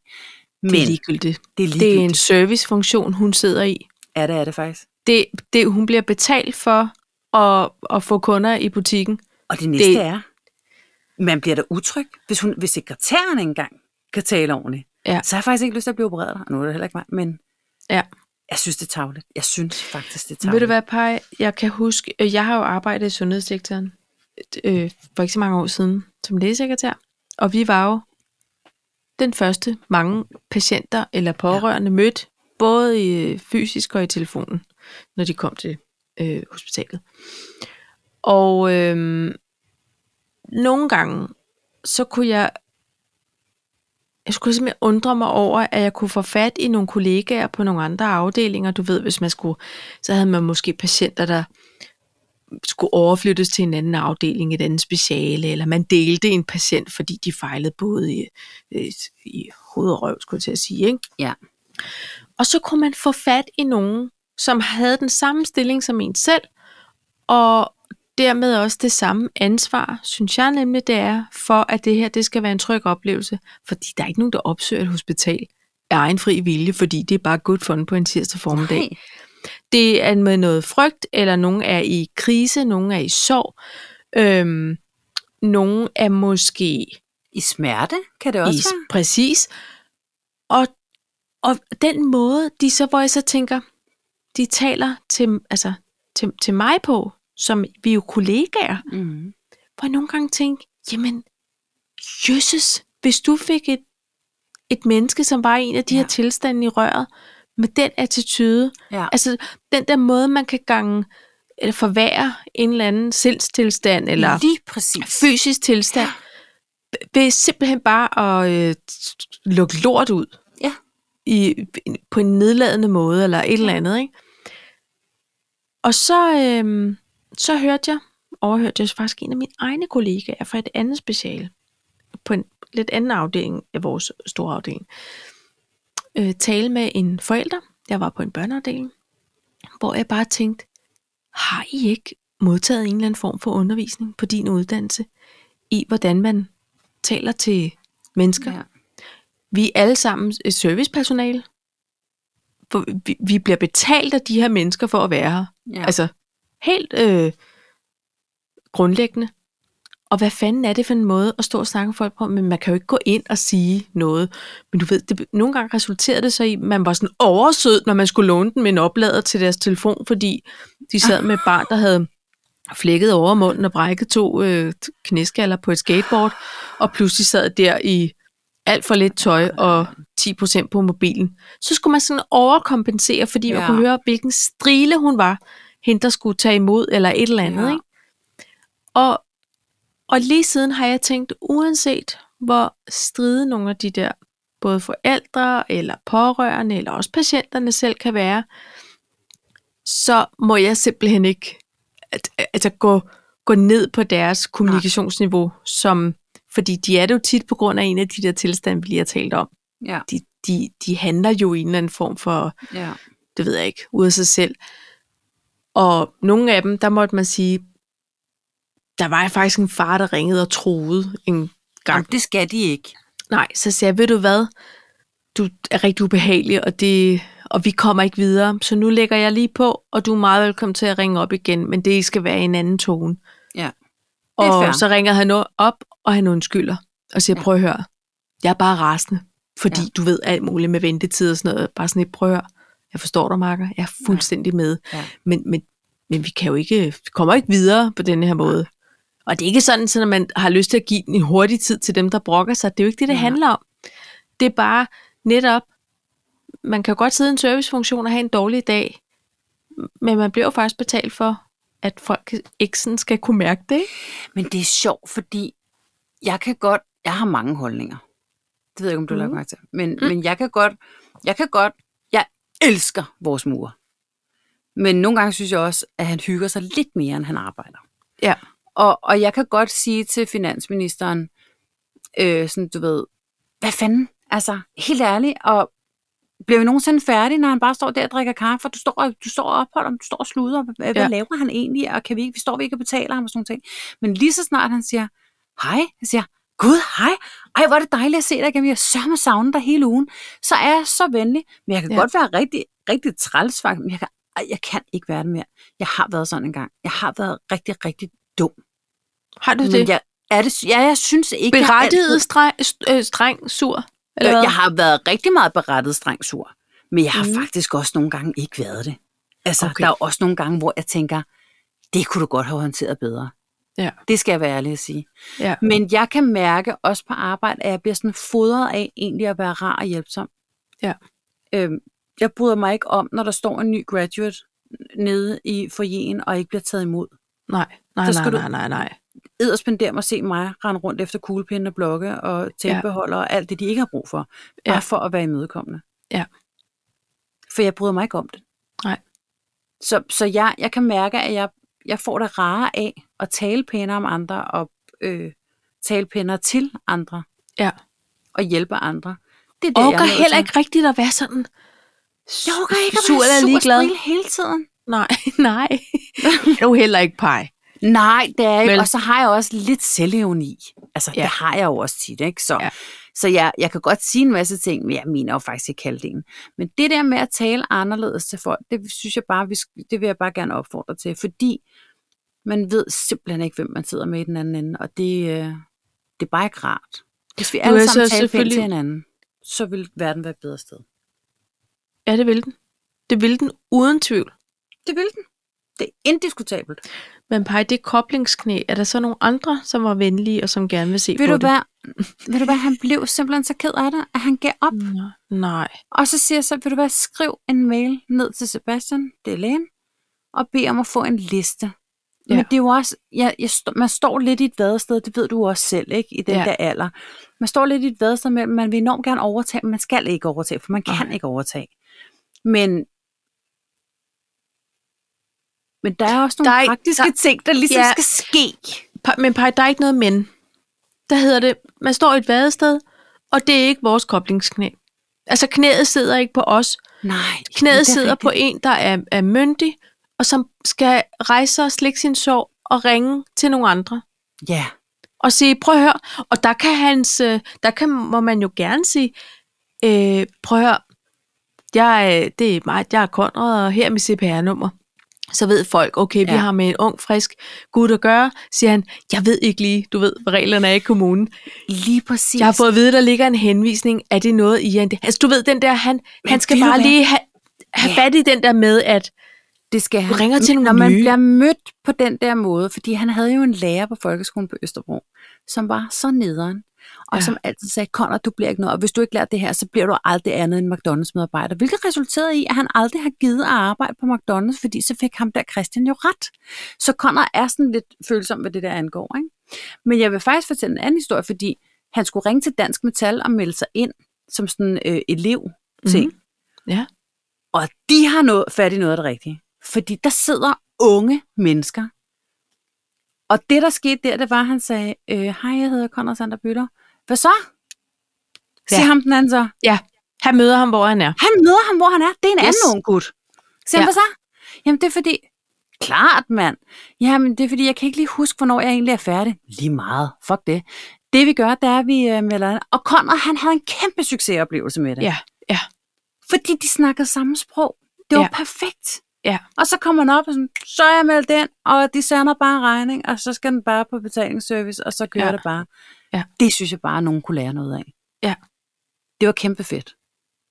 [SPEAKER 1] Men
[SPEAKER 2] Det er ligegyldigt.
[SPEAKER 1] det er
[SPEAKER 2] Det er
[SPEAKER 1] ligegyldigt.
[SPEAKER 2] en servicefunktion, hun sidder i.
[SPEAKER 1] Ja, det er det faktisk.
[SPEAKER 2] Det, det, hun bliver betalt for at, at få kunder i butikken.
[SPEAKER 1] Og det næste det...
[SPEAKER 2] Det-
[SPEAKER 1] er, man bliver da utryg, hvis, hun, hvis sekretæren ikke engang kan tale ordentligt.
[SPEAKER 2] Ja.
[SPEAKER 1] Så har jeg faktisk ikke lyst til at blive opereret der. Og Nu er det heller ikke mig, men
[SPEAKER 2] Ja.
[SPEAKER 1] jeg synes, det er tavligt. Jeg synes faktisk, det er
[SPEAKER 2] Ved
[SPEAKER 1] tavligt.
[SPEAKER 2] du hvad, Paj? Jeg kan huske, øh, jeg har jo arbejdet i sundhedssektoren øh, for ikke så mange år siden som lægesekretær, og vi var jo den første mange patienter eller pårørende ja. mødte, både i, øh, fysisk og i telefonen, når de kom til øh, hospitalet. Og øh, nogle gange, så kunne jeg jeg skulle simpelthen undre mig over, at jeg kunne få fat i nogle kollegaer på nogle andre afdelinger. Du ved, hvis man skulle, så havde man måske patienter, der skulle overflyttes til en anden afdeling, et andet speciale, eller man delte en patient, fordi de fejlede både i, i, i hoved og røv, skulle jeg til at sige. Ikke?
[SPEAKER 1] Ja.
[SPEAKER 2] Og så kunne man få fat i nogen, som havde den samme stilling som en selv, og dermed også det samme ansvar, synes jeg nemlig, det er, for at det her det skal være en tryg oplevelse. Fordi der er ikke nogen, der opsøger et hospital af egen fri vilje, fordi det er bare good fun på en tirsdag formiddag.
[SPEAKER 1] Nej.
[SPEAKER 2] Det er med noget frygt, eller nogen er i krise, nogen er i sorg, øhm, nogen er måske
[SPEAKER 1] I smerte kan det også
[SPEAKER 2] i,
[SPEAKER 1] være.
[SPEAKER 2] præcis. Og, og den måde, de så, hvor jeg så tænker, de taler til, altså, til, til mig på, som vi er jo kollegaer,
[SPEAKER 1] Mm.
[SPEAKER 2] hvor jeg nogle gange tænkte, jamen, jøsses, hvis du fik et, et menneske, som var i en af de
[SPEAKER 1] Ja.
[SPEAKER 2] ja. her tilstande i røret, med den attitude,
[SPEAKER 1] Ja.
[SPEAKER 2] altså den der måde, man kan gange, eller forvære en eller anden sindstilstand, eller
[SPEAKER 1] Lige præcis.
[SPEAKER 2] fysisk tilstand, ved simpelthen bare at øh, lukke lort ud.
[SPEAKER 1] Ja.
[SPEAKER 2] I, på en nedladende måde, eller et eller andet, ikke? Og så, øh, så hørte jeg, overhørte jeg faktisk en af mine egne kollegaer fra et andet speciale, på en lidt anden afdeling af vores store afdeling, øh, tale med en forælder. Jeg var på en børneafdeling, hvor jeg bare tænkte, har I ikke modtaget en eller anden form for undervisning på din uddannelse i, hvordan man taler til mennesker?
[SPEAKER 1] Ja.
[SPEAKER 2] Vi er alle sammen et servicepersonale. for vi, vi bliver betalt af de her mennesker for at være her.
[SPEAKER 1] Ja.
[SPEAKER 2] Ja. Altså, helt øh, grundlæggende. Og hvad fanden er det for en måde at stå og snakke med folk på? Men man kan jo ikke gå ind og sige noget. Men du ved, det, nogle gange resulterede det så i, at man var sådan oversød, når man skulle låne den med en oplader til deres telefon, fordi de sad med et barn, der havde flækket over munden og brækket to øh, t- knæskaller på et skateboard, og pludselig sad der i alt for lidt tøj og 10% på mobilen. Så skulle man sådan overkompensere, fordi ja.
[SPEAKER 1] Ja.
[SPEAKER 2] man kunne høre, hvilken strile hun var, hende der skulle tage imod, eller et eller andet.
[SPEAKER 1] Ja.
[SPEAKER 2] Ja. Ikke? Og, og lige siden har jeg tænkt, uanset hvor stride nogle af de der, både forældre, eller pårørende, eller også patienterne selv kan være, så må jeg simpelthen ikke at, altså gå, gå ned på deres kommunikationsniveau, som, fordi de er det jo tit på grund af en af de der tilstande, vi lige har talt om.
[SPEAKER 1] Ja,
[SPEAKER 2] De, de, de handler jo i en eller anden form for,
[SPEAKER 1] ja,
[SPEAKER 2] det ved jeg ikke, ud af sig selv. Og nogle af dem, der måtte man sige, der var faktisk en far, der ringede og troede en gang.
[SPEAKER 1] Jamen, det skal de ikke.
[SPEAKER 2] Nej, så sagde jeg, ved du hvad, du er rigtig ubehagelig, og, det, og vi kommer ikke videre, så nu lægger jeg lige på, og du er meget velkommen til at ringe op igen, men det skal være i en anden tone.
[SPEAKER 1] Ja. Det er
[SPEAKER 2] Og
[SPEAKER 1] fair.
[SPEAKER 2] så ringer han nu- op, og han undskylder, og siger,
[SPEAKER 1] Ja.
[SPEAKER 2] prøv at høre, jeg er bare rasende, fordi
[SPEAKER 1] Ja.
[SPEAKER 2] ja. du ved alt muligt med ventetid og sådan noget, bare sådan et prøv at høre, jeg forstår dig, Marker, jeg er fuldstændig med,
[SPEAKER 1] Ja.
[SPEAKER 2] men, men, men vi kan jo ikke, vi kommer ikke videre på den her måde. Og det er ikke sådan, at man har lyst til at give den en hurtig tid til dem, der brokker sig. Det er jo ikke det, det
[SPEAKER 1] Nej.
[SPEAKER 2] handler om. Det er bare netop, man kan jo godt sidde i en servicefunktion og have en dårlig dag, men man bliver jo faktisk betalt for, at folk ikke sådan skal kunne mærke det. Ikke?
[SPEAKER 1] Men det er sjovt, fordi jeg kan godt, jeg har mange holdninger. Det ved jeg ikke, om du mm. lader
[SPEAKER 2] Mhm.
[SPEAKER 1] mærke til. Men, mm. men jeg kan godt, jeg kan godt, jeg elsker vores mur. Men nogle gange synes jeg også, at han hygger sig lidt mere, end han arbejder.
[SPEAKER 2] Ja.
[SPEAKER 1] Og, og jeg kan godt sige til finansministeren, øh, sådan du ved, hvad fanden? Altså, helt ærligt, og bliver vi nogensinde færdige, når han bare står der og drikker kaffe, og du står, og- du står og opholder ham, du står og sluder, hvad, ja.
[SPEAKER 2] Ja.
[SPEAKER 1] hvad laver han egentlig, og kan vi ikke, vi står vi ikke og betaler ham og sådan nogle ting. Men lige så snart han siger, hej, jeg siger, gud, hej, ej, hvor er det dejligt at se dig igen, jeg sørger mig savne dig hele ugen, så er jeg så venlig, men jeg kan ja.
[SPEAKER 2] Ja.
[SPEAKER 1] godt være rigtig, rigtig træls, faktisk, men jeg kan, ej, jeg kan ikke være det mere. Jeg har været sådan en gang. Jeg har været rigtig, rigtig dum.
[SPEAKER 2] Har du
[SPEAKER 1] Men
[SPEAKER 2] det?
[SPEAKER 1] jeg, er det, ja, jeg synes ikke... jeg har
[SPEAKER 2] Berettiget
[SPEAKER 1] altid-
[SPEAKER 2] streng, st- øh, streng sur? Eller
[SPEAKER 1] Øh,
[SPEAKER 2] hvad?
[SPEAKER 1] Jeg har været rigtig meget berettet streng sur. Men jeg har mm.
[SPEAKER 2] Mhm.
[SPEAKER 1] faktisk også nogle gange ikke været det. Altså, okay.
[SPEAKER 2] Okay.
[SPEAKER 1] der er også nogle gange, hvor jeg tænker, det kunne du godt have håndteret bedre.
[SPEAKER 2] Ja.
[SPEAKER 1] Det skal jeg være ærlig at sige.
[SPEAKER 2] ja.
[SPEAKER 1] Men jeg kan mærke også på arbejde, at jeg bliver sådan fodret af egentlig at være rar og hjælpsom.
[SPEAKER 2] Ja.
[SPEAKER 1] Øhm, jeg bryder mig ikke om, når der står en ny graduate nede i forjen og ikke bliver taget imod.
[SPEAKER 2] Nej, nej,
[SPEAKER 1] Så skal
[SPEAKER 2] nej,
[SPEAKER 1] du-
[SPEAKER 2] nej, nej, nej.
[SPEAKER 1] edderspendere mig se mig rende rundt efter kuglepinde og blokke og tændbeholder og alt det, de ikke har brug for. Bare
[SPEAKER 2] Ja.
[SPEAKER 1] for at være imødekommende.
[SPEAKER 2] Ja.
[SPEAKER 1] For jeg bryder mig ikke om det.
[SPEAKER 2] Nej.
[SPEAKER 1] Så, så jeg, jeg kan mærke, at jeg, jeg får det rare af at tale pænere om andre og øh, tale pænere til andre
[SPEAKER 2] Ja.
[SPEAKER 1] og hjælpe andre. Det er det, jeg er
[SPEAKER 2] Orker
[SPEAKER 1] nødt
[SPEAKER 2] heller
[SPEAKER 1] til.
[SPEAKER 2] ikke rigtigt at være sådan
[SPEAKER 1] Jeg orker ikke at
[SPEAKER 2] sur
[SPEAKER 1] være
[SPEAKER 2] eller ligeglad.
[SPEAKER 1] sur hele tiden.
[SPEAKER 2] Nej, *laughs* nej. Det er jo heller ikke pej.
[SPEAKER 1] Nej, det er ikke.
[SPEAKER 2] Vel?
[SPEAKER 1] Og så har jeg også lidt selvironi. Altså, ja.
[SPEAKER 2] Ja.
[SPEAKER 1] det har jeg jo også tit, ikke? Så, ja.
[SPEAKER 2] Ja.
[SPEAKER 1] så jeg, jeg kan godt sige en masse ting, men jeg mener jo faktisk ikke halvdelen. Men det der med at tale anderledes til folk, det synes jeg bare, vi, sk- det vil jeg bare gerne opfordre til, fordi man ved simpelthen ikke, hvem man sidder med i den anden ende, og det, øh, det er bare ikke rart. Hvis vi
[SPEAKER 2] Du er
[SPEAKER 1] alle
[SPEAKER 2] så
[SPEAKER 1] sammen talte pænt
[SPEAKER 2] selvfølgelig-
[SPEAKER 1] til hinanden, så vil verden være et bedre sted.
[SPEAKER 2] Ja, det vil den. Det vil den uden tvivl.
[SPEAKER 1] Det vil den. Det er indiskutabelt.
[SPEAKER 2] Men pej, det koblingsknæ, er der så nogle andre, som var venlige og som gerne vil se
[SPEAKER 1] Ved du,
[SPEAKER 2] på det?
[SPEAKER 1] hvad, ved du hvad, han blev simpelthen så ked af det, at han gav op.
[SPEAKER 2] Nå, Nej.
[SPEAKER 1] Og så siger jeg så, vil du hvad, skriv en mail ned til Sebastian, det er lægen, og bed om at få en liste. Ja.
[SPEAKER 2] Ja.
[SPEAKER 1] Men det er jo også, jeg, jeg, stå- man står lidt i et vadested, det ved du også selv, ikke, i den ja.
[SPEAKER 2] Ja.
[SPEAKER 1] der alder. Man står lidt i et vadested mellem, man vil enormt gerne overtage, men man skal ikke overtage, for man kan
[SPEAKER 2] Nej.
[SPEAKER 1] ikke overtage. Men, men der er også nogle
[SPEAKER 2] Der er
[SPEAKER 1] der er,
[SPEAKER 2] ikke-
[SPEAKER 1] praktiske der,
[SPEAKER 2] der-
[SPEAKER 1] ting, der ligesom ja.
[SPEAKER 2] Ja.
[SPEAKER 1] skal ske.
[SPEAKER 2] Pej, men pej, der er ikke noget men. Der hedder det, man står i et vadested, og det er ikke vores koblingsknæ. Altså knæet sidder ikke på os.
[SPEAKER 1] Nej. det er
[SPEAKER 2] Knæet sidder
[SPEAKER 1] rigtigt.
[SPEAKER 2] på en, der er, er myndig, og som skal rejse sig og slikke sin sorg og ringe til nogle andre.
[SPEAKER 1] Ja,
[SPEAKER 2] og sige, prøv at høre, og der kan hans, øh, der kan, må man jo gerne sige, øh, prøv at høre, Jeg, øh, det er mig, jeg er Konrad, og her er mit CPR-nummer. Så ved folk, okay, vi
[SPEAKER 1] Ja.
[SPEAKER 2] ja. har med en ung, frisk gut at gøre, siger han, jeg ved ikke lige, du ved, hvad reglerne er i kommunen.
[SPEAKER 1] Lige præcis.
[SPEAKER 2] Jeg har fået at vide, der ligger en henvisning. Er det noget, I er... en- Altså, du ved, den der, han, han skal
[SPEAKER 1] ved du
[SPEAKER 2] bare
[SPEAKER 1] hvad?
[SPEAKER 2] lige have, have
[SPEAKER 1] Ja.
[SPEAKER 2] fat i den der med, at...
[SPEAKER 1] det skal
[SPEAKER 2] Du
[SPEAKER 1] han.
[SPEAKER 2] ringer til
[SPEAKER 1] Men
[SPEAKER 2] nogle
[SPEAKER 1] Når man
[SPEAKER 2] nye.
[SPEAKER 1] bliver mødt på den der måde, fordi han havde jo en lærer på folkeskolen på Østerbro, som var så nederen, og
[SPEAKER 2] Ja.
[SPEAKER 1] ja. som altid sagde, Conor, du bliver ikke noget, og hvis du ikke lærer det her, så bliver du aldrig andet end McDonald's-medarbejder. Hvilket resulterede i, at han aldrig har givet at arbejde på McDonald's, fordi så fik ham der Christian jo ret. Så Conor er sådan lidt følsom, hvad det der angår. Ikke? Men jeg vil faktisk fortælle en anden historie, fordi han skulle ringe til Dansk Metal og melde sig ind som sådan øh, elev ting.
[SPEAKER 2] Mhm. Ja.
[SPEAKER 1] Og de har noget, fat i noget af det rigtige. Fordi der sidder unge mennesker. Og det, der skete der, det var, at han sagde, øh, hej, jeg hedder Conrad Sander Bøtter. Hvad så? Siger
[SPEAKER 2] Ja.
[SPEAKER 1] ham den anden så.
[SPEAKER 2] Han møder ham, hvor han er.
[SPEAKER 1] Han møder ham, hvor han er. Det er en yes.
[SPEAKER 2] Yes.
[SPEAKER 1] anden ung gut. Siger ja.
[SPEAKER 2] Ja.
[SPEAKER 1] han, hvad så? Jamen, det er fordi... Klart, mand. Jamen, det er fordi, jeg kan ikke lige huske, hvornår jeg egentlig er færdig. Lige meget. Fuck det. Det vi gør, det er, at vi øh, melder... ind. Og Conrad, han havde en kæmpe succesoplevelse med det.
[SPEAKER 2] Ja, ja.
[SPEAKER 1] Fordi de snakkede samme sprog. Det var
[SPEAKER 2] Ja.
[SPEAKER 1] perfekt.
[SPEAKER 2] Ja.
[SPEAKER 1] Og så kommer han op og sådan, så er jeg meldt ind, og de sender bare regning, og så skal den bare på betalingsservice, og så kører
[SPEAKER 2] Ja.
[SPEAKER 1] det bare.
[SPEAKER 2] Ja.
[SPEAKER 1] Det synes jeg bare, at nogen kunne lære noget af.
[SPEAKER 2] Ja.
[SPEAKER 1] Det var kæmpe fedt.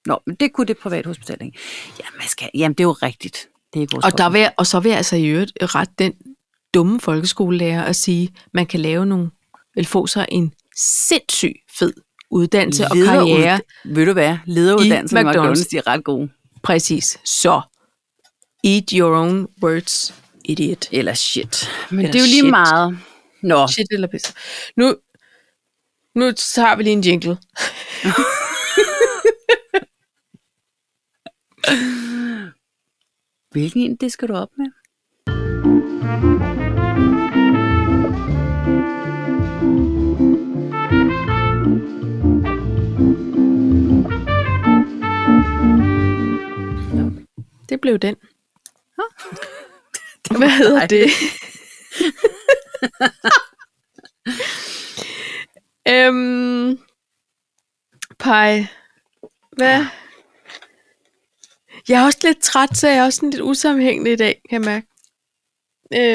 [SPEAKER 1] Nå, men det kunne det privathospital, ikke? Ja, man skal, jamen, det er jo rigtigt. Det er ikke vores
[SPEAKER 2] Og, der
[SPEAKER 1] problem.
[SPEAKER 2] vil, jeg- og så vil jeg altså i øvrigt ret den dumme folkeskolelærer at sige, man kan lave nogle, eller få sig en sindssyg fed uddannelse og
[SPEAKER 1] Lederud-
[SPEAKER 2] karriere.
[SPEAKER 1] Ved du hvad? Lederuddannelse
[SPEAKER 2] I
[SPEAKER 1] med McDonald's.
[SPEAKER 2] McDonald's,
[SPEAKER 1] de er ret gode.
[SPEAKER 2] Præcis. Så, eat your own words, idiot.
[SPEAKER 1] Eller shit. Men
[SPEAKER 2] Eller
[SPEAKER 1] det er jo lige
[SPEAKER 2] shit.
[SPEAKER 1] meget. Nå,
[SPEAKER 2] Shit eller pisse. Nu, nu tager vi lige en jingle.
[SPEAKER 1] hvilken en det skal du op med?
[SPEAKER 2] Det blev den. *laughs* Hvad hedder det? *laughs* øhm, pej. Hvad? Jeg er også lidt træt, så jeg er også sådan lidt usammenhængende i dag, kan jeg mærke.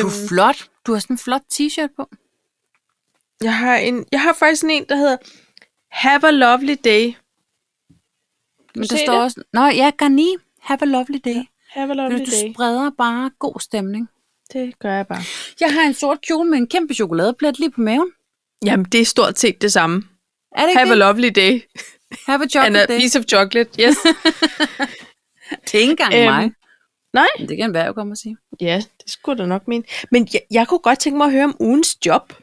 [SPEAKER 1] Du
[SPEAKER 2] Øhm,
[SPEAKER 1] er flot. Du har sådan en flot t-shirt på.
[SPEAKER 2] jeg, har en, jeg har faktisk sådan en, der hedder Have a lovely day.
[SPEAKER 1] Men
[SPEAKER 2] se
[SPEAKER 1] der står
[SPEAKER 2] det?
[SPEAKER 1] også... Nå, ja, Garni, have a lovely day.
[SPEAKER 2] Have a
[SPEAKER 1] Ja, du spreder bare god stemning.
[SPEAKER 2] Det gør jeg bare.
[SPEAKER 1] Jeg har en sort kjole med en kæmpe chokoladeplet lige på maven.
[SPEAKER 2] Jamen, det er stort set det samme.
[SPEAKER 1] Er det ikke
[SPEAKER 2] Have a
[SPEAKER 1] det?
[SPEAKER 2] lovely day.
[SPEAKER 1] have a
[SPEAKER 2] And
[SPEAKER 1] chocolate
[SPEAKER 2] a
[SPEAKER 1] day.
[SPEAKER 2] piece of chocolate. Yes.
[SPEAKER 1] Det er ikke engang
[SPEAKER 2] Øhm,
[SPEAKER 1] mig.
[SPEAKER 2] nej.
[SPEAKER 1] Men det kan være, jeg kommer og sige.
[SPEAKER 2] Ja, det skulle du nok mene. Men jeg, jeg kunne godt tænke mig at høre om ugens job.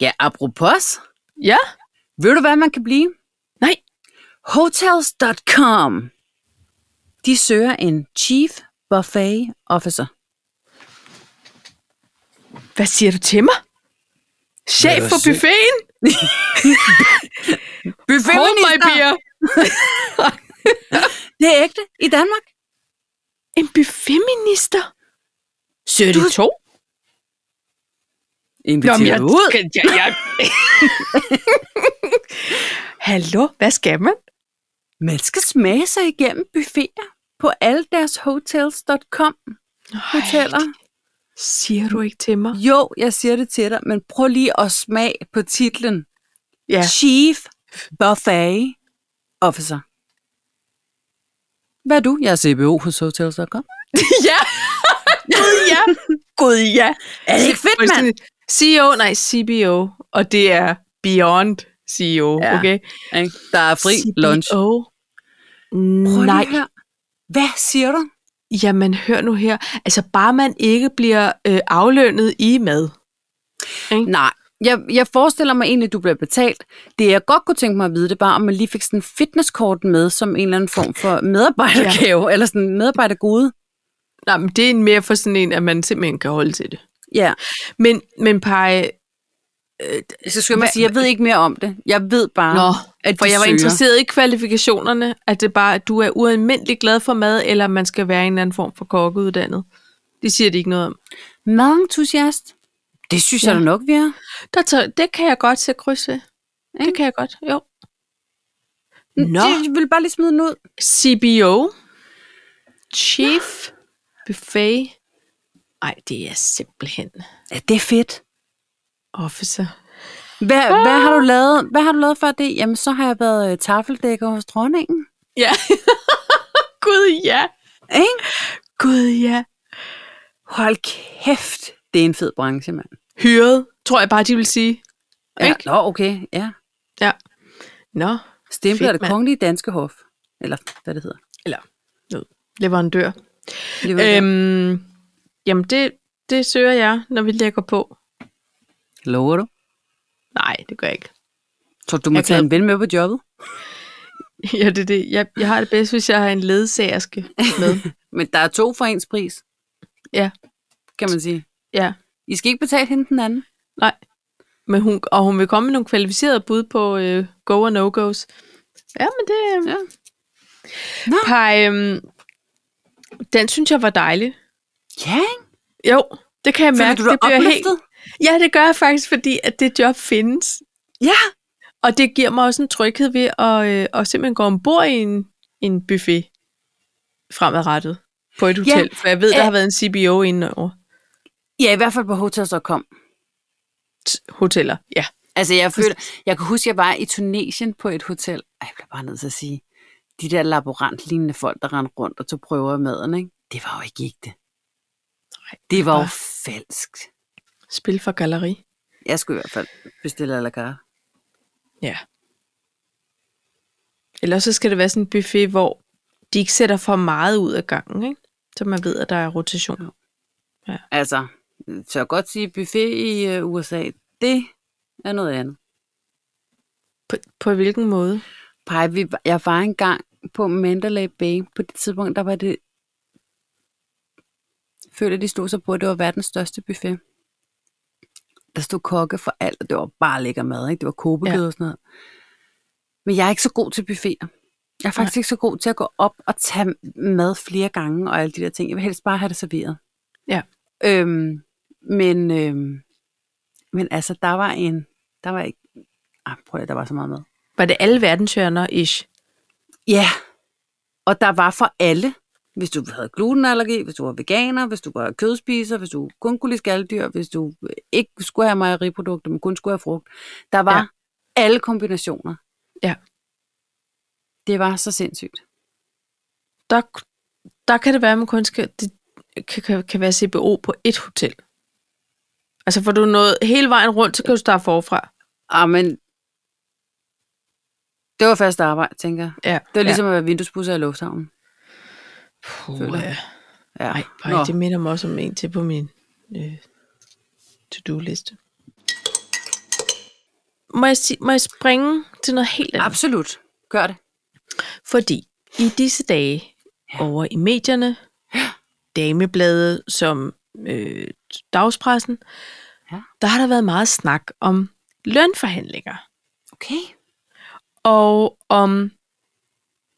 [SPEAKER 1] Ja, apropos.
[SPEAKER 2] Ja.
[SPEAKER 1] Ved du, hvad man kan blive?
[SPEAKER 2] Nej.
[SPEAKER 1] Hotels.com. De søger en Chief Buffet Officer.
[SPEAKER 2] Hvad siger du til mig? Chef
[SPEAKER 1] Hvad
[SPEAKER 2] for
[SPEAKER 1] siger-
[SPEAKER 2] buffeten? Hold my beer.
[SPEAKER 1] Det er ægte i Danmark.
[SPEAKER 2] En buffetminister?
[SPEAKER 1] Søger
[SPEAKER 2] Du to? Nå, men
[SPEAKER 1] inviterer
[SPEAKER 2] jeg,
[SPEAKER 1] du ud?
[SPEAKER 2] jeg, jeg, jeg. *laughs* Hallo, hvad skal man?
[SPEAKER 1] Man skal smage sig igennem buffeter på alle deres hotels.com hoteller.
[SPEAKER 2] Siger du ikke til mig?
[SPEAKER 1] Jo, jeg siger det til dig, men prøv lige at smage på titlen.
[SPEAKER 2] Ja.
[SPEAKER 1] Ja. Chief Buffet Officer. Hvad er du? Jeg er CBO hos Hotels.com.
[SPEAKER 2] *laughs* ja. Gud ja. Gud ja.
[SPEAKER 1] Er det ikke fedt, mand?
[SPEAKER 2] CEO, nej, CBO. Og det er Beyond CEO,
[SPEAKER 1] Ja.
[SPEAKER 2] okay?
[SPEAKER 1] Der er fri
[SPEAKER 2] CBO.
[SPEAKER 1] lunch. Prøv
[SPEAKER 2] Nej,
[SPEAKER 1] Lige her. Hvad siger du?
[SPEAKER 2] jamen hør nu her. Altså bare man ikke bliver øh, aflønnet i mad.
[SPEAKER 1] Nej, jeg, jeg forestiller mig egentlig, at du bliver betalt. Det jeg godt kunne tænke mig at vide, det var, om man lige fik sådan en fitnesskort med, som en eller anden form *laughs* for medarbejdergave, ja. eller sådan en medarbejdergode.
[SPEAKER 2] Nej, men det er mere for sådan en, at man simpelthen kan holde til det.
[SPEAKER 1] Ja,
[SPEAKER 2] Men, men øh, pege...
[SPEAKER 1] så skal man
[SPEAKER 2] Hvad-
[SPEAKER 1] sige, jeg ved ikke mere om det. Jeg ved bare,
[SPEAKER 2] Nå,
[SPEAKER 1] at
[SPEAKER 2] for
[SPEAKER 1] de
[SPEAKER 2] jeg var
[SPEAKER 1] søger.
[SPEAKER 2] interesseret i kvalifikationerne, at det bare, at du er ualmindelig glad for mad, eller man skal være en eller anden form for kokkeuddannet. Det siger de ikke noget om.
[SPEAKER 1] Madentusiast? Det synes ja.
[SPEAKER 2] Ja.
[SPEAKER 1] jeg da nok, vi er.
[SPEAKER 2] Der tager, det kan jeg godt se kryds ved. Det kan jeg godt, jo. Nå.
[SPEAKER 1] De ville bare lige smide den ud.
[SPEAKER 2] CBO. Chief Buffet. Ej, det er simpelthen
[SPEAKER 1] Ja, det er fedt.
[SPEAKER 2] officer.
[SPEAKER 1] Hvad, ah. hvad, har du lavet, hvad har du lavet før det? Jamen, så har jeg været øh, tafeldækker hos dronningen.
[SPEAKER 2] Ja. Gud, ja.
[SPEAKER 1] Ikke?
[SPEAKER 2] Gud, ja.
[SPEAKER 1] Hold kæft, det er en fed branche, mand.
[SPEAKER 2] Hyret, tror jeg bare, de vil sige.
[SPEAKER 1] Ja,
[SPEAKER 2] Ikke?
[SPEAKER 1] nå, okay, ja.
[SPEAKER 2] Nå,
[SPEAKER 1] Stempler
[SPEAKER 2] Fedt,
[SPEAKER 1] det
[SPEAKER 2] mand.
[SPEAKER 1] kongelige danske hof. Eller hvad det hedder.
[SPEAKER 2] leverandør.
[SPEAKER 1] Det var øhm.
[SPEAKER 2] Øhm, jamen, det, det søger jeg, når vi lægger på.
[SPEAKER 1] Lover du?
[SPEAKER 2] Nej, det gør jeg ikke. *laughs*
[SPEAKER 1] Tror du, du må
[SPEAKER 2] Jeg
[SPEAKER 1] tage
[SPEAKER 2] kan-
[SPEAKER 1] en ven med på jobbet?
[SPEAKER 2] Ja, det er det. Jeg, jeg har det bedst, hvis jeg har en ledsagerske *laughs* med.
[SPEAKER 1] Men der er to for ens pris.
[SPEAKER 2] Ja.
[SPEAKER 1] Kan man sige.
[SPEAKER 2] Ja.
[SPEAKER 1] I skal ikke betale hende den anden.
[SPEAKER 2] Men hun, og hun vil komme med nogle kvalificerede bud på øh, go og no-goes. Ja, men det...
[SPEAKER 1] Ja.
[SPEAKER 2] Ja.
[SPEAKER 1] Nå.
[SPEAKER 2] Pej, øhm, den synes jeg var dejlig.
[SPEAKER 1] Ja, ikke?
[SPEAKER 2] Jo, det kan jeg
[SPEAKER 1] Føler
[SPEAKER 2] mærke.
[SPEAKER 1] du dig
[SPEAKER 2] det bliver helt...
[SPEAKER 1] opløftet?
[SPEAKER 2] Ja, det gør jeg faktisk, fordi at det job findes.
[SPEAKER 1] Ja.
[SPEAKER 2] Og det giver mig også en tryghed ved at, øh, at simpelthen gå ombord i en, en buffet fremadrettet på et hotel. Ja. For jeg ved, der
[SPEAKER 1] Ja.
[SPEAKER 2] har været en CBO inde over
[SPEAKER 1] Ja, i hvert fald på Hotels.com.
[SPEAKER 2] t- hoteller. Ja.
[SPEAKER 1] Altså, jeg føler, jeg kan huske, jeg var i Tunesien på et hotel. Ej, jeg bliver bare nødt til at sige, de der laborantlignende folk, der rendte rundt og tog prøver af maden, ikke? det var jo ikke ægte. Det var jo falsk.
[SPEAKER 2] Spil for galleri.
[SPEAKER 1] Jeg skulle i hvert fald bestille à la carte.
[SPEAKER 2] Ja. Ellers så skal det være sådan en buffet, hvor de ikke sætter for meget ud af gangen, ikke? Så man ved, at der er rotation.
[SPEAKER 1] Altså, så jeg godt sige, buffet i øh, USA, det er noget andet.
[SPEAKER 2] På, på hvilken måde?
[SPEAKER 1] Pej, vi, jeg var engang på Mandalay Bay. På det tidspunkt, der var det... Jeg føler, de stod så på, at det var verdens største buffet. Der stod kokke for alt, og det var bare lækker mad, ikke? Det var kobekød ja.
[SPEAKER 2] Ja.
[SPEAKER 1] og sådan noget. Men jeg er ikke så god til buffeter. Jeg er faktisk Nej. ikke så god til at gå op og tage mad flere gange og alle de der ting. Jeg vil helst bare have det serveret.
[SPEAKER 2] Ja.
[SPEAKER 1] Øhm, men, øhm, men altså, der var en... Der var ikke... Ah, prøv at, der var så meget mad.
[SPEAKER 2] Var det alle verdenshjørner ish?
[SPEAKER 1] Ja, og der var for alle. Hvis du havde glutenallergi, hvis du var veganer, hvis du var kødspiser, hvis du kun kunne lide skaldyr, hvis du øh, ikke skulle have mejeriprodukter, men kun skulle have frugt. Der var
[SPEAKER 2] Ja.
[SPEAKER 1] ja. alle kombinationer.
[SPEAKER 2] Ja.
[SPEAKER 1] Det var så sindssygt.
[SPEAKER 2] Der, der kan det være, at man kun skal, det kan, kan, kan være CBO på et hotel. Altså, får du noget hele vejen rundt, så kan du starte forfra.
[SPEAKER 1] Ah, men det var fast arbejde, tænker jeg.
[SPEAKER 2] Ja,
[SPEAKER 1] Det var ligesom ja. at være vinduespusser i lufthavnen.
[SPEAKER 2] Ja. Puh, ja.
[SPEAKER 1] Ja.
[SPEAKER 2] Ej,
[SPEAKER 1] Nå.
[SPEAKER 2] nej, det minder mig også om en til på min øh, to-do-liste. Må jeg, si- må jeg springe til noget helt andet?
[SPEAKER 1] Absolut. Gør det.
[SPEAKER 2] Fordi i disse dage
[SPEAKER 1] Ja.
[SPEAKER 2] over i medierne, damebladet som øh, dagspressen,
[SPEAKER 1] Ja.
[SPEAKER 2] der har der været meget snak om lønforhandlinger.
[SPEAKER 1] Okay.
[SPEAKER 2] og om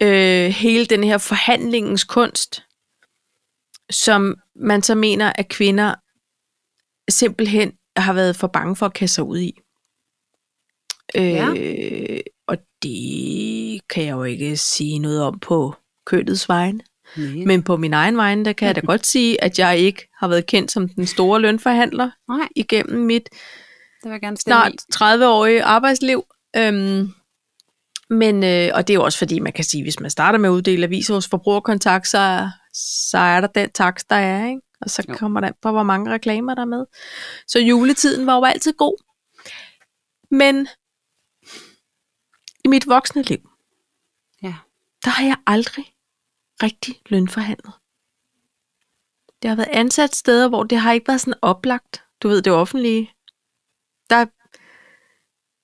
[SPEAKER 2] øh, hele den her forhandlingens kunst, som man så mener, at kvinder simpelthen har været for bange for at kaste sig ud i. Øh,
[SPEAKER 1] Ja.
[SPEAKER 2] Og det kan jeg jo ikke sige noget om på kødets vegne.
[SPEAKER 1] Nej.
[SPEAKER 2] Men på min egen vegne, der kan jeg da godt sige, at jeg ikke har været kendt som den store lønforhandler
[SPEAKER 1] Nej,
[SPEAKER 2] igennem mit
[SPEAKER 1] det vil jeg gerne stemme
[SPEAKER 2] snart
[SPEAKER 1] i.
[SPEAKER 2] 30-årige arbejdsliv. Øhm, men, øh, og det er jo også fordi, man kan sige, hvis man starter med at uddele aviser hos forbrugerkontakt, så, så er der den tax, der er, ikke? Og så
[SPEAKER 1] Jo.
[SPEAKER 2] kommer der an på, hvor mange reklamer der er med. Så juletiden var jo altid god. Men i mit voksne liv,
[SPEAKER 1] Ja.
[SPEAKER 2] der har jeg aldrig rigtig lønforhandlet. Jeg har været ansat steder, hvor det har ikke været sådan oplagt. Du ved, det offentlige. Der,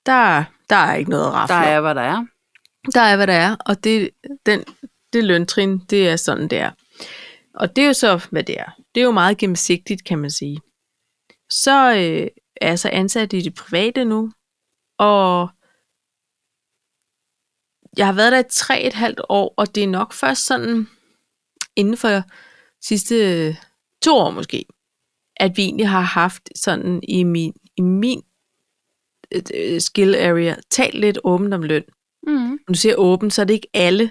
[SPEAKER 2] der, der er ikke noget rafler.
[SPEAKER 1] Der er, hvad der er.
[SPEAKER 2] Der er, hvad der er, og det, den, det løntrin, det er sådan, det er. Og det er jo så, hvad det er. Det er jo meget gennemsigtigt, kan man sige. Så øh, er jeg så ansat i det private nu, og jeg har været der i tre et halvt år, og det er nok først sådan inden for sidste øh, to år måske, at vi egentlig har haft sådan øh, i min, i min øh, skill area, talt lidt åbent om løn
[SPEAKER 1] Mm.
[SPEAKER 2] Når du siger åben, så er det ikke alle,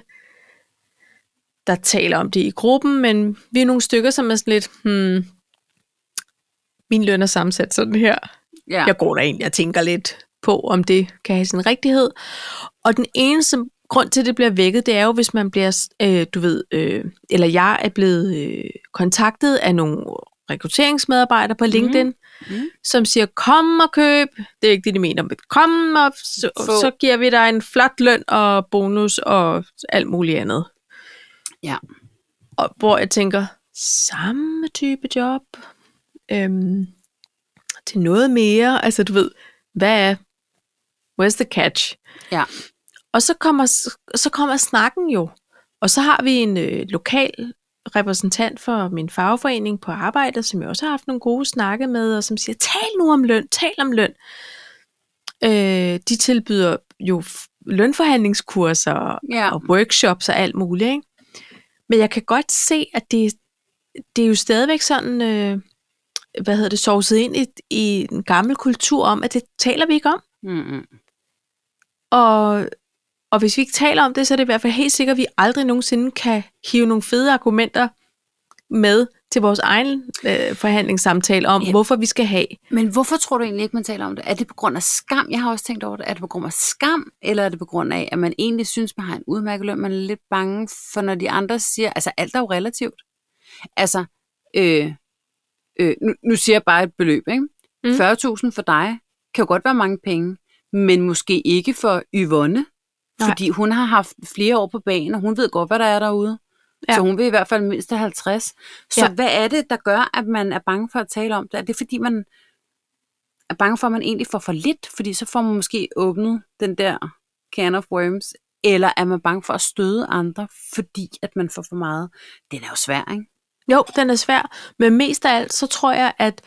[SPEAKER 2] der taler om det i gruppen, men vi er nogle stykker, som er sådan lidt, hmm, min løn er sammensat sådan her.
[SPEAKER 1] Ja.
[SPEAKER 2] Jeg går der ind, jeg tænker lidt på, om det kan have sin rigtighed. Og den eneste grund til, at det bliver vækket, det er jo, hvis man bliver, øh, du ved, øh, eller jeg er blevet øh, kontaktet af nogle rekrutteringsmedarbejdere på LinkedIn, mm.
[SPEAKER 1] Mhm.
[SPEAKER 2] Mm. som siger, kom og køb, det er ikke det, de mener, men kom og så,
[SPEAKER 1] Få.
[SPEAKER 2] så giver vi dig en flot løn og bonus og alt muligt andet.
[SPEAKER 1] Ja.
[SPEAKER 2] Og hvor jeg tænker, samme type job, øhm, til noget mere, altså du ved, hvad er, where's the catch?
[SPEAKER 1] Ja.
[SPEAKER 2] Og så kommer, så kommer snakken jo. Og så har vi en øh, lokal repræsentant for min fagforening på arbejde, som jeg også har haft nogle gode snakke med, og som siger, tal nu om løn, tal om løn. Øh, de tilbyder jo f- lønforhandlingskurser
[SPEAKER 1] ja.
[SPEAKER 2] og workshops og alt muligt. Ikke? Men jeg kan godt se, at det, det er jo stadigvæk sådan, øh, hvad hedder det, sovset ind i, i en gammel kultur om, at det taler vi ikke om.
[SPEAKER 1] Mm-mm.
[SPEAKER 2] Og, og hvis vi ikke taler om det, så er det i hvert fald helt sikkert, at vi aldrig nogensinde kan hive nogle fede argumenter med til vores egen øh, forhandlingssamtale om,
[SPEAKER 1] Ja.
[SPEAKER 2] ja. hvorfor vi skal have.
[SPEAKER 1] Men hvorfor tror du egentlig ikke, man taler om det? Er det på grund af skam? Jeg har også tænkt over det. Er det på grund af skam, eller er det på grund af, at man egentlig synes, man har en udmærket løn, man er lidt bange for, når de andre siger, altså alt er jo relativt. Altså, øh, øh, nu, nu siger jeg bare et beløb, ikke? Mm.
[SPEAKER 2] Mm.
[SPEAKER 1] 40.000 for dig kan jo godt være mange penge, men måske ikke for Yvonne, Nej.
[SPEAKER 2] Nej.
[SPEAKER 1] fordi hun har haft flere år på banen, og hun ved godt, hvad der er derude. Ja.
[SPEAKER 2] Ja.
[SPEAKER 1] Så hun vil i hvert fald mindst have 50. Så ja.
[SPEAKER 2] Ja.
[SPEAKER 1] hvad er det, der gør, at man er bange for at tale om det? Er det fordi, man er bange for, at man egentlig får for lidt, fordi så får man måske åbnet den der can of worms, eller er man bange for at støde andre, fordi at man får for meget? Den er jo svær, ikke?
[SPEAKER 2] Jo, den er svær, men mest af alt, så tror jeg, at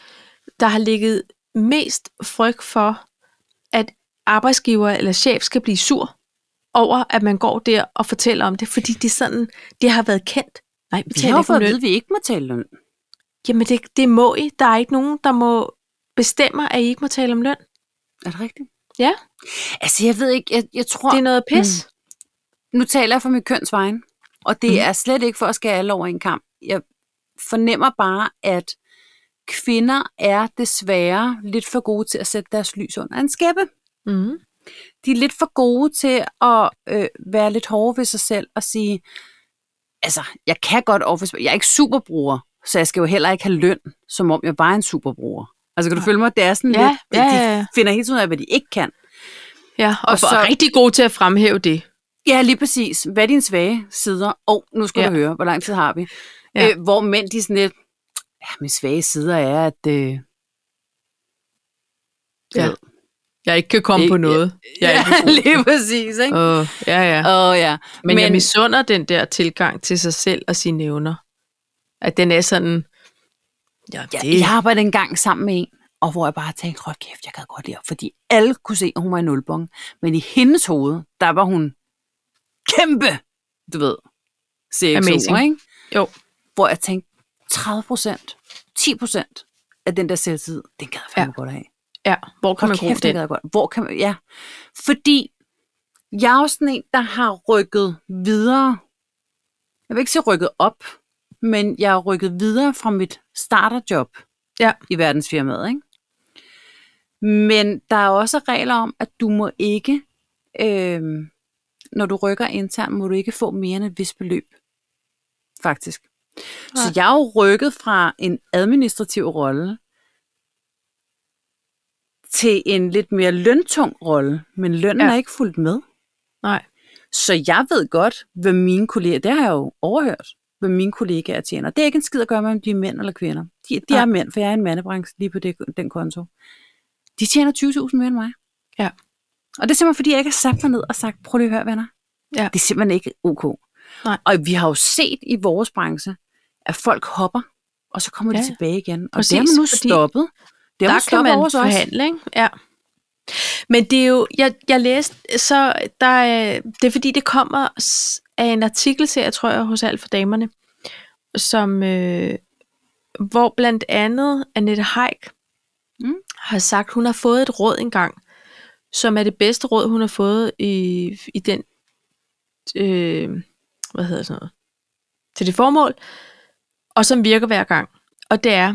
[SPEAKER 2] der har ligget mest frygt for, at arbejdsgiver eller chef skal blive sur over, at man går der og fortæller om det, fordi det, er sådan, det har været kendt. Nej, vi
[SPEAKER 1] Vi har
[SPEAKER 2] taler
[SPEAKER 1] jo
[SPEAKER 2] ikke
[SPEAKER 1] fået
[SPEAKER 2] om
[SPEAKER 1] at
[SPEAKER 2] løn.
[SPEAKER 1] vide, at vi ikke må tale løn.
[SPEAKER 2] Jamen det, det må I. Der er ikke nogen, der må bestemme, at I ikke må tale om løn.
[SPEAKER 1] Er det rigtigt?
[SPEAKER 2] Ja.
[SPEAKER 1] Altså, jeg ved ikke, jeg, jeg tror...
[SPEAKER 2] Det er noget pis. Mm.
[SPEAKER 1] nu taler jeg for mit køns vejen, og det mm.
[SPEAKER 2] Mhm.
[SPEAKER 1] er slet ikke for at skære alle over en kamp. Jeg fornemmer bare, at kvinder er desværre lidt for gode til at sætte deres lys under en skæppe.
[SPEAKER 2] Mm.
[SPEAKER 1] De er lidt for gode til at øh, være lidt hårde ved sig selv og sige, altså, jeg kan godt office, jeg er ikke superbruger, så jeg skal jo heller ikke have løn, som om jeg bare er en superbruger. Altså, kan du følge mig? Det er sådan
[SPEAKER 2] Ja,
[SPEAKER 1] lidt,
[SPEAKER 2] ja,
[SPEAKER 1] de-
[SPEAKER 2] ja,
[SPEAKER 1] de
[SPEAKER 2] ja.
[SPEAKER 1] finder helt ud af, hvad de ikke kan.
[SPEAKER 2] Ja, og,
[SPEAKER 1] Og
[SPEAKER 2] og så...
[SPEAKER 1] så-
[SPEAKER 2] er rigtig god til at fremhæve det.
[SPEAKER 1] Ja, lige præcis. Hvad er dine svage sider? Og oh, nu skal ja.
[SPEAKER 2] Ja.
[SPEAKER 1] du høre, hvor lang tid har vi? Ja.
[SPEAKER 2] Ja.
[SPEAKER 1] Øh, hvor mænd, de er sådan lidt, ja, mine svage sider er, at... Øh,
[SPEAKER 2] Ja. Jeg ikke kan komme
[SPEAKER 1] Ikke-
[SPEAKER 2] på noget. Jeg
[SPEAKER 1] *laughs*
[SPEAKER 2] er
[SPEAKER 1] ja,
[SPEAKER 2] ikke *laughs* god.
[SPEAKER 1] lige præcis, ikke?
[SPEAKER 2] Åh, ja, ja.
[SPEAKER 1] Åh, oh, ja.
[SPEAKER 2] Men, Men jeg misunder den der tilgang til sig selv og sine evner. At den er sådan... Ja,
[SPEAKER 1] jeg,
[SPEAKER 2] det,
[SPEAKER 1] jeg arbejdede engang sammen med en, og hvor jeg bare tænkte, hold kæft, jeg kan godt lide, fordi alle kunne se, at hun var en nulbong. Men i hendes hoved, der var hun kæmpe, du ved, CXO,
[SPEAKER 2] Amazing.
[SPEAKER 1] ikke?
[SPEAKER 2] Jo.
[SPEAKER 1] Hvor jeg tænkte, 30 procent, 10 procent af den der selvtid, den gad jeg fandme ja. godt af.
[SPEAKER 2] ja. Hvor
[SPEAKER 1] Hvor kan
[SPEAKER 2] kan man
[SPEAKER 1] man
[SPEAKER 2] bruge
[SPEAKER 1] kæft, det
[SPEAKER 2] den?
[SPEAKER 1] gad jeg godt. Hvor kan man, ja. Fordi jeg er jo sådan en, der har rykket videre. Jeg vil ikke sige rykket op, men jeg har rykket videre fra mit starterjob
[SPEAKER 2] Ja.
[SPEAKER 1] i verdensfirmaet. Ikke? Men der er også regler om, at du må ikke, øh, når du rykker internt, må du ikke få mere end et vist beløb. Faktisk. Så
[SPEAKER 2] Nej.
[SPEAKER 1] jeg er jo rykket fra en administrativ rolle til en lidt mere løntung rolle, men lønnen ja.
[SPEAKER 2] Ja.
[SPEAKER 1] er ikke fuldt med.
[SPEAKER 2] Nej.
[SPEAKER 1] Så jeg ved godt, hvad mine kolleger, det har jeg jo overhørt, hvad mine kollegaer tjener. Det er ikke en skid at gøre med, om de er mænd eller kvinder. De, de
[SPEAKER 2] Nej.
[SPEAKER 1] er mænd, for jeg er i en mandebranche lige på det, den konto. De tjener 20.000 mere end mig.
[SPEAKER 2] Ja.
[SPEAKER 1] Og det er simpelthen, fordi jeg ikke har sat mig ned og sagt, prøv lige at høre, venner.
[SPEAKER 2] Ja.
[SPEAKER 1] Det er simpelthen ikke ok.
[SPEAKER 2] Nej.
[SPEAKER 1] Og vi har jo set i vores branche, at folk hopper, og så kommer ja.
[SPEAKER 2] Ja,
[SPEAKER 1] de
[SPEAKER 2] ja.
[SPEAKER 1] tilbage igen. Og det
[SPEAKER 2] Præcis,
[SPEAKER 1] har man nu
[SPEAKER 2] fordi
[SPEAKER 1] stoppet. Det har
[SPEAKER 2] der
[SPEAKER 1] man
[SPEAKER 2] kan
[SPEAKER 1] stoppet
[SPEAKER 2] man
[SPEAKER 1] over hos os.
[SPEAKER 2] forhandle, ikke? Ja. Men det er jo, jeg, jeg læste, så der, er- det er fordi, det kommer s- af en artikelserie, tror jeg, hos Alt for Damerne, som, øh, hvor blandt andet Annette Haik
[SPEAKER 1] Mm.
[SPEAKER 2] mm. har sagt, hun har fået et råd engang som er det bedste råd, hun har fået i, i den, øh, hvad hedder sådan noget, til det formål, og som virker hver gang. Og det er,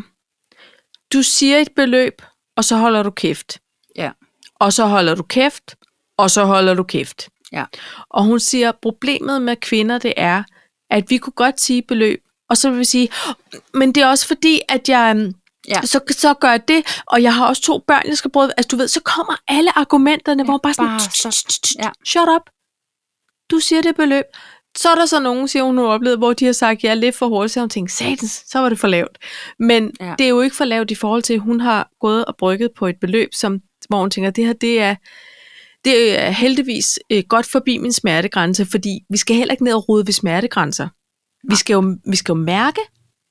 [SPEAKER 2] du siger et beløb, og så holder du kæft.
[SPEAKER 1] Ja.
[SPEAKER 2] Og så holder du kæft, og så holder du kæft.
[SPEAKER 1] Ja.
[SPEAKER 2] Og hun siger, problemet med kvinder, det er, at vi kunne godt sige beløb, og så vil vi sige, men det er også fordi, at jeg... øhm,
[SPEAKER 1] Ja.
[SPEAKER 2] Så, så gør jeg det, og jeg har også to børn, jeg skal brøde. Altså, du ved, så kommer alle argumenterne, ja, hvor man bare sådan,
[SPEAKER 1] bare
[SPEAKER 2] tsk,
[SPEAKER 1] så-
[SPEAKER 2] tsk, tsk, tsk,
[SPEAKER 1] ja.
[SPEAKER 2] shut up. Du siger det beløb. Så er der så nogen, siger hun, hun har oplevet, hvor de har sagt, jeg er lidt for hurtigt, så har hun tænkt, satans, så var det for lavt. Men
[SPEAKER 1] Ja.
[SPEAKER 2] ja. det er jo ikke for lavt i forhold til, at hun har gået og brygget på et beløb, som, hvor hun tænker, det her, det er, det er heldigvis øh, godt forbi min smertegrænse, fordi vi skal heller ikke ned og rode ved smertegrænser. Vi skal, jo, vi skal jo mærke,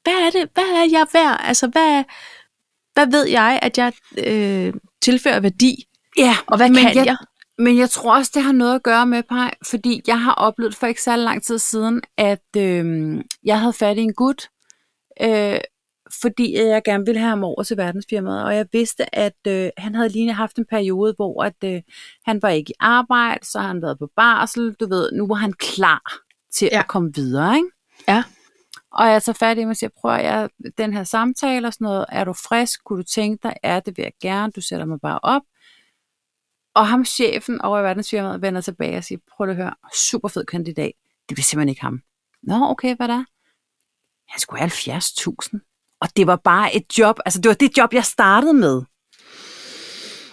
[SPEAKER 2] hvad er det, hvad er jeg værd? Altså, hvad, hvad ved jeg, at jeg øh, tilfører værdi?
[SPEAKER 1] Ja,
[SPEAKER 2] Og hvad
[SPEAKER 1] men
[SPEAKER 2] kan jeg?
[SPEAKER 1] Men jeg tror også, det har noget at gøre med, Paj, fordi jeg har oplevet for ikke særlig lang tid siden, at øh, jeg havde fat i en gut, øh, fordi at jeg gerne ville have ham over til verdensfirmaet, og jeg vidste, at øh, han havde lige haft en periode, hvor at, øh, han var ikke i arbejde, så har han været på barsel, du ved, nu var han klar til ja.
[SPEAKER 2] Ja.
[SPEAKER 1] at komme videre, ikke?
[SPEAKER 2] Ja.
[SPEAKER 1] Og jeg tager fat i ham og siger, prøv at jeg, den her samtale og sådan noget, er du frisk, kunne du tænke dig, ja, det vil jeg gerne, du sætter mig bare op. Og ham chefen over i verdensfirmaet vender tilbage og siger, prøv lige at høre, super fed kandidat. Det bliver simpelthen ikke ham. Nå, okay, hvad der? Han skulle have 70.000. Og det var bare et job, altså det var det job, jeg startede med.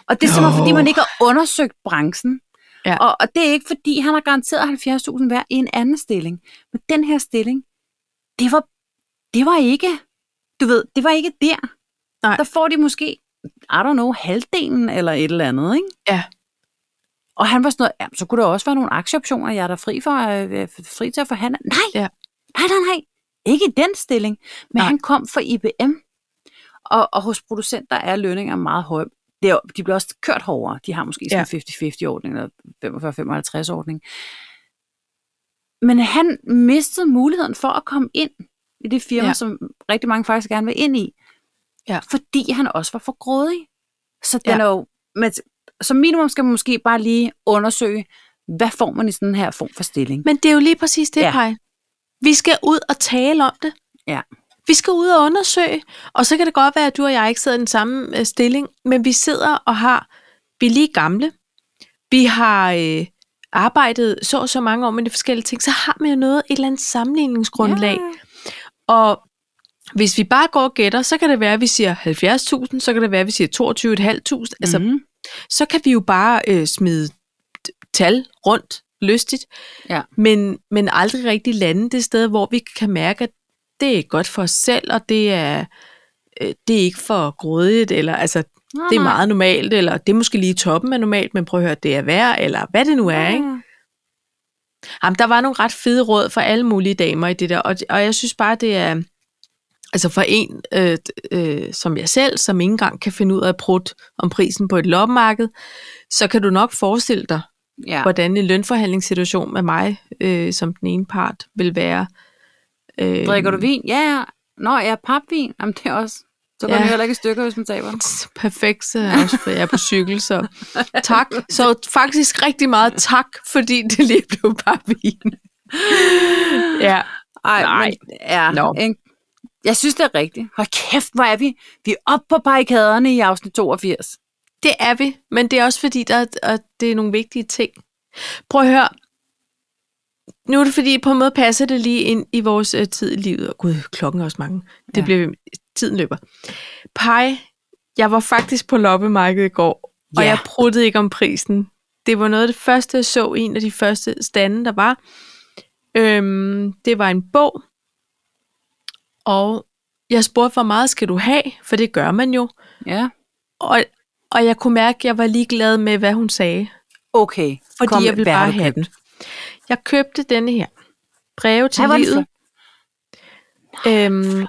[SPEAKER 1] Og det er simpelthen,
[SPEAKER 2] Nå.
[SPEAKER 1] fordi man ikke har undersøgt branchen.
[SPEAKER 2] Ja.
[SPEAKER 1] Og, og det er ikke, fordi han har garanteret 70.000 hver i en anden stilling. Men den her stilling, det var, det var ikke, du ved, det var ikke der.
[SPEAKER 2] Nej.
[SPEAKER 1] Der får de måske, I don't know, halvdelen eller et eller andet, ikke?
[SPEAKER 2] Ja.
[SPEAKER 1] Og han var sådan noget, jamen, så kunne der også være nogle aktieoptioner, jeg er da fri, for, øh, fri til at forhandle. Nej,
[SPEAKER 2] Ja.
[SPEAKER 1] nej, nej, nej. Ikke i den stilling. Men nej.
[SPEAKER 2] Nej.
[SPEAKER 1] han kom fra IBM. Og, og hos producenter er lønninger meget høje. Det er, jo- de bliver også kørt hårdere. De har måske sådan en 50-50-ordning, eller 45-55-ordning. Men han mistede muligheden for at komme ind i det firma, ja.
[SPEAKER 2] Ja.
[SPEAKER 1] som rigtig mange faktisk gerne vil ind i.
[SPEAKER 2] Ja.
[SPEAKER 1] Fordi han også var for grådig. Så den
[SPEAKER 2] Ja.
[SPEAKER 1] er jo, men som minimum skal man måske bare lige undersøge, hvad får man i sådan her form for stilling?
[SPEAKER 2] Men det er jo lige præcis det,
[SPEAKER 1] Ja.
[SPEAKER 2] ja. Paj. Vi skal ud og tale om det.
[SPEAKER 1] Ja.
[SPEAKER 2] Vi skal ud og undersøge, og så kan det godt være, at du og jeg ikke sidder i den samme øh, stilling, men vi sidder og har, vi er lige gamle, vi har øh, arbejdet så og så mange år med de forskellige ting, så har man jo noget, et eller andet sammenligningsgrundlag.
[SPEAKER 1] Ja.
[SPEAKER 2] Og hvis vi bare går og gætter, så kan det være, at vi siger 70.000, så kan det være, at vi siger 22.500. Altså,
[SPEAKER 1] Altså, mm.
[SPEAKER 2] så kan vi jo bare øh, smide t- tal rundt lystigt,
[SPEAKER 1] Ja.
[SPEAKER 2] men, men aldrig rigtig lande det sted, hvor vi kan mærke, at det er godt for os selv, og det er, øh, det er ikke for grådigt, eller altså, det er meget normalt, eller det er måske lige toppen af normalt, men prøv at høre, det er værd, eller hvad det nu er,
[SPEAKER 1] Ah,
[SPEAKER 2] ikke? Jamen, der var nogle ret fede råd for alle mulige damer i det der, og, og jeg synes bare, det er... Altså for en øh, øh, som jeg selv, som ikke engang kan finde ud af at prutte om prisen på et loppemarked, så kan du nok forestille dig,
[SPEAKER 1] Ja.
[SPEAKER 2] hvordan en lønforhandlingssituation med mig øh, som den ene part vil være. Øh,
[SPEAKER 1] Drikker du vin? Ja, ja. Nå, ja, papvin. Jamen, det er også... Så går
[SPEAKER 2] Ja.
[SPEAKER 1] ja. det heller ikke i stykker, hvis man taber.
[SPEAKER 2] Perfekt, så er jeg også- jeg er på cykel, så tak. Så faktisk rigtig meget tak, fordi det lige blev bare vin. ja.
[SPEAKER 1] Ej,
[SPEAKER 2] Nej.
[SPEAKER 1] Men, ja,
[SPEAKER 2] Nå.
[SPEAKER 1] en, jeg synes, det er rigtigt. Hold kæft, hvor er vi? Vi er oppe på barrikaderne i afsnit 82.
[SPEAKER 2] Det er vi, men det er også fordi, der er, at det er nogle vigtige ting. Prøv at høre. Nu er det fordi, på en måde passer det lige ind i vores øh, tid i livet. Og gud, klokken er også mange. Det
[SPEAKER 1] Ja.
[SPEAKER 2] ja. bliver vi, tiden løber. Pej, jeg var faktisk på loppemarkedet i går, og
[SPEAKER 1] Ja.
[SPEAKER 2] jeg pruttede ikke om prisen. Det var noget af det første, jeg så en af de første stande, der var. Øhm, det var en bog, og jeg spurgte, hvor meget skal du have? For det gør man jo.
[SPEAKER 1] Ja.
[SPEAKER 2] Og, og jeg kunne mærke, at jeg var ligeglad med, hvad hun sagde.
[SPEAKER 1] Okay.
[SPEAKER 2] Fordi
[SPEAKER 1] Kom,
[SPEAKER 2] Kom, jeg ville
[SPEAKER 1] hvad har
[SPEAKER 2] bare
[SPEAKER 1] du
[SPEAKER 2] have
[SPEAKER 1] købt?
[SPEAKER 2] den. Jeg købte denne her. Breve til
[SPEAKER 1] Ej, hvor er den
[SPEAKER 2] livet øhm,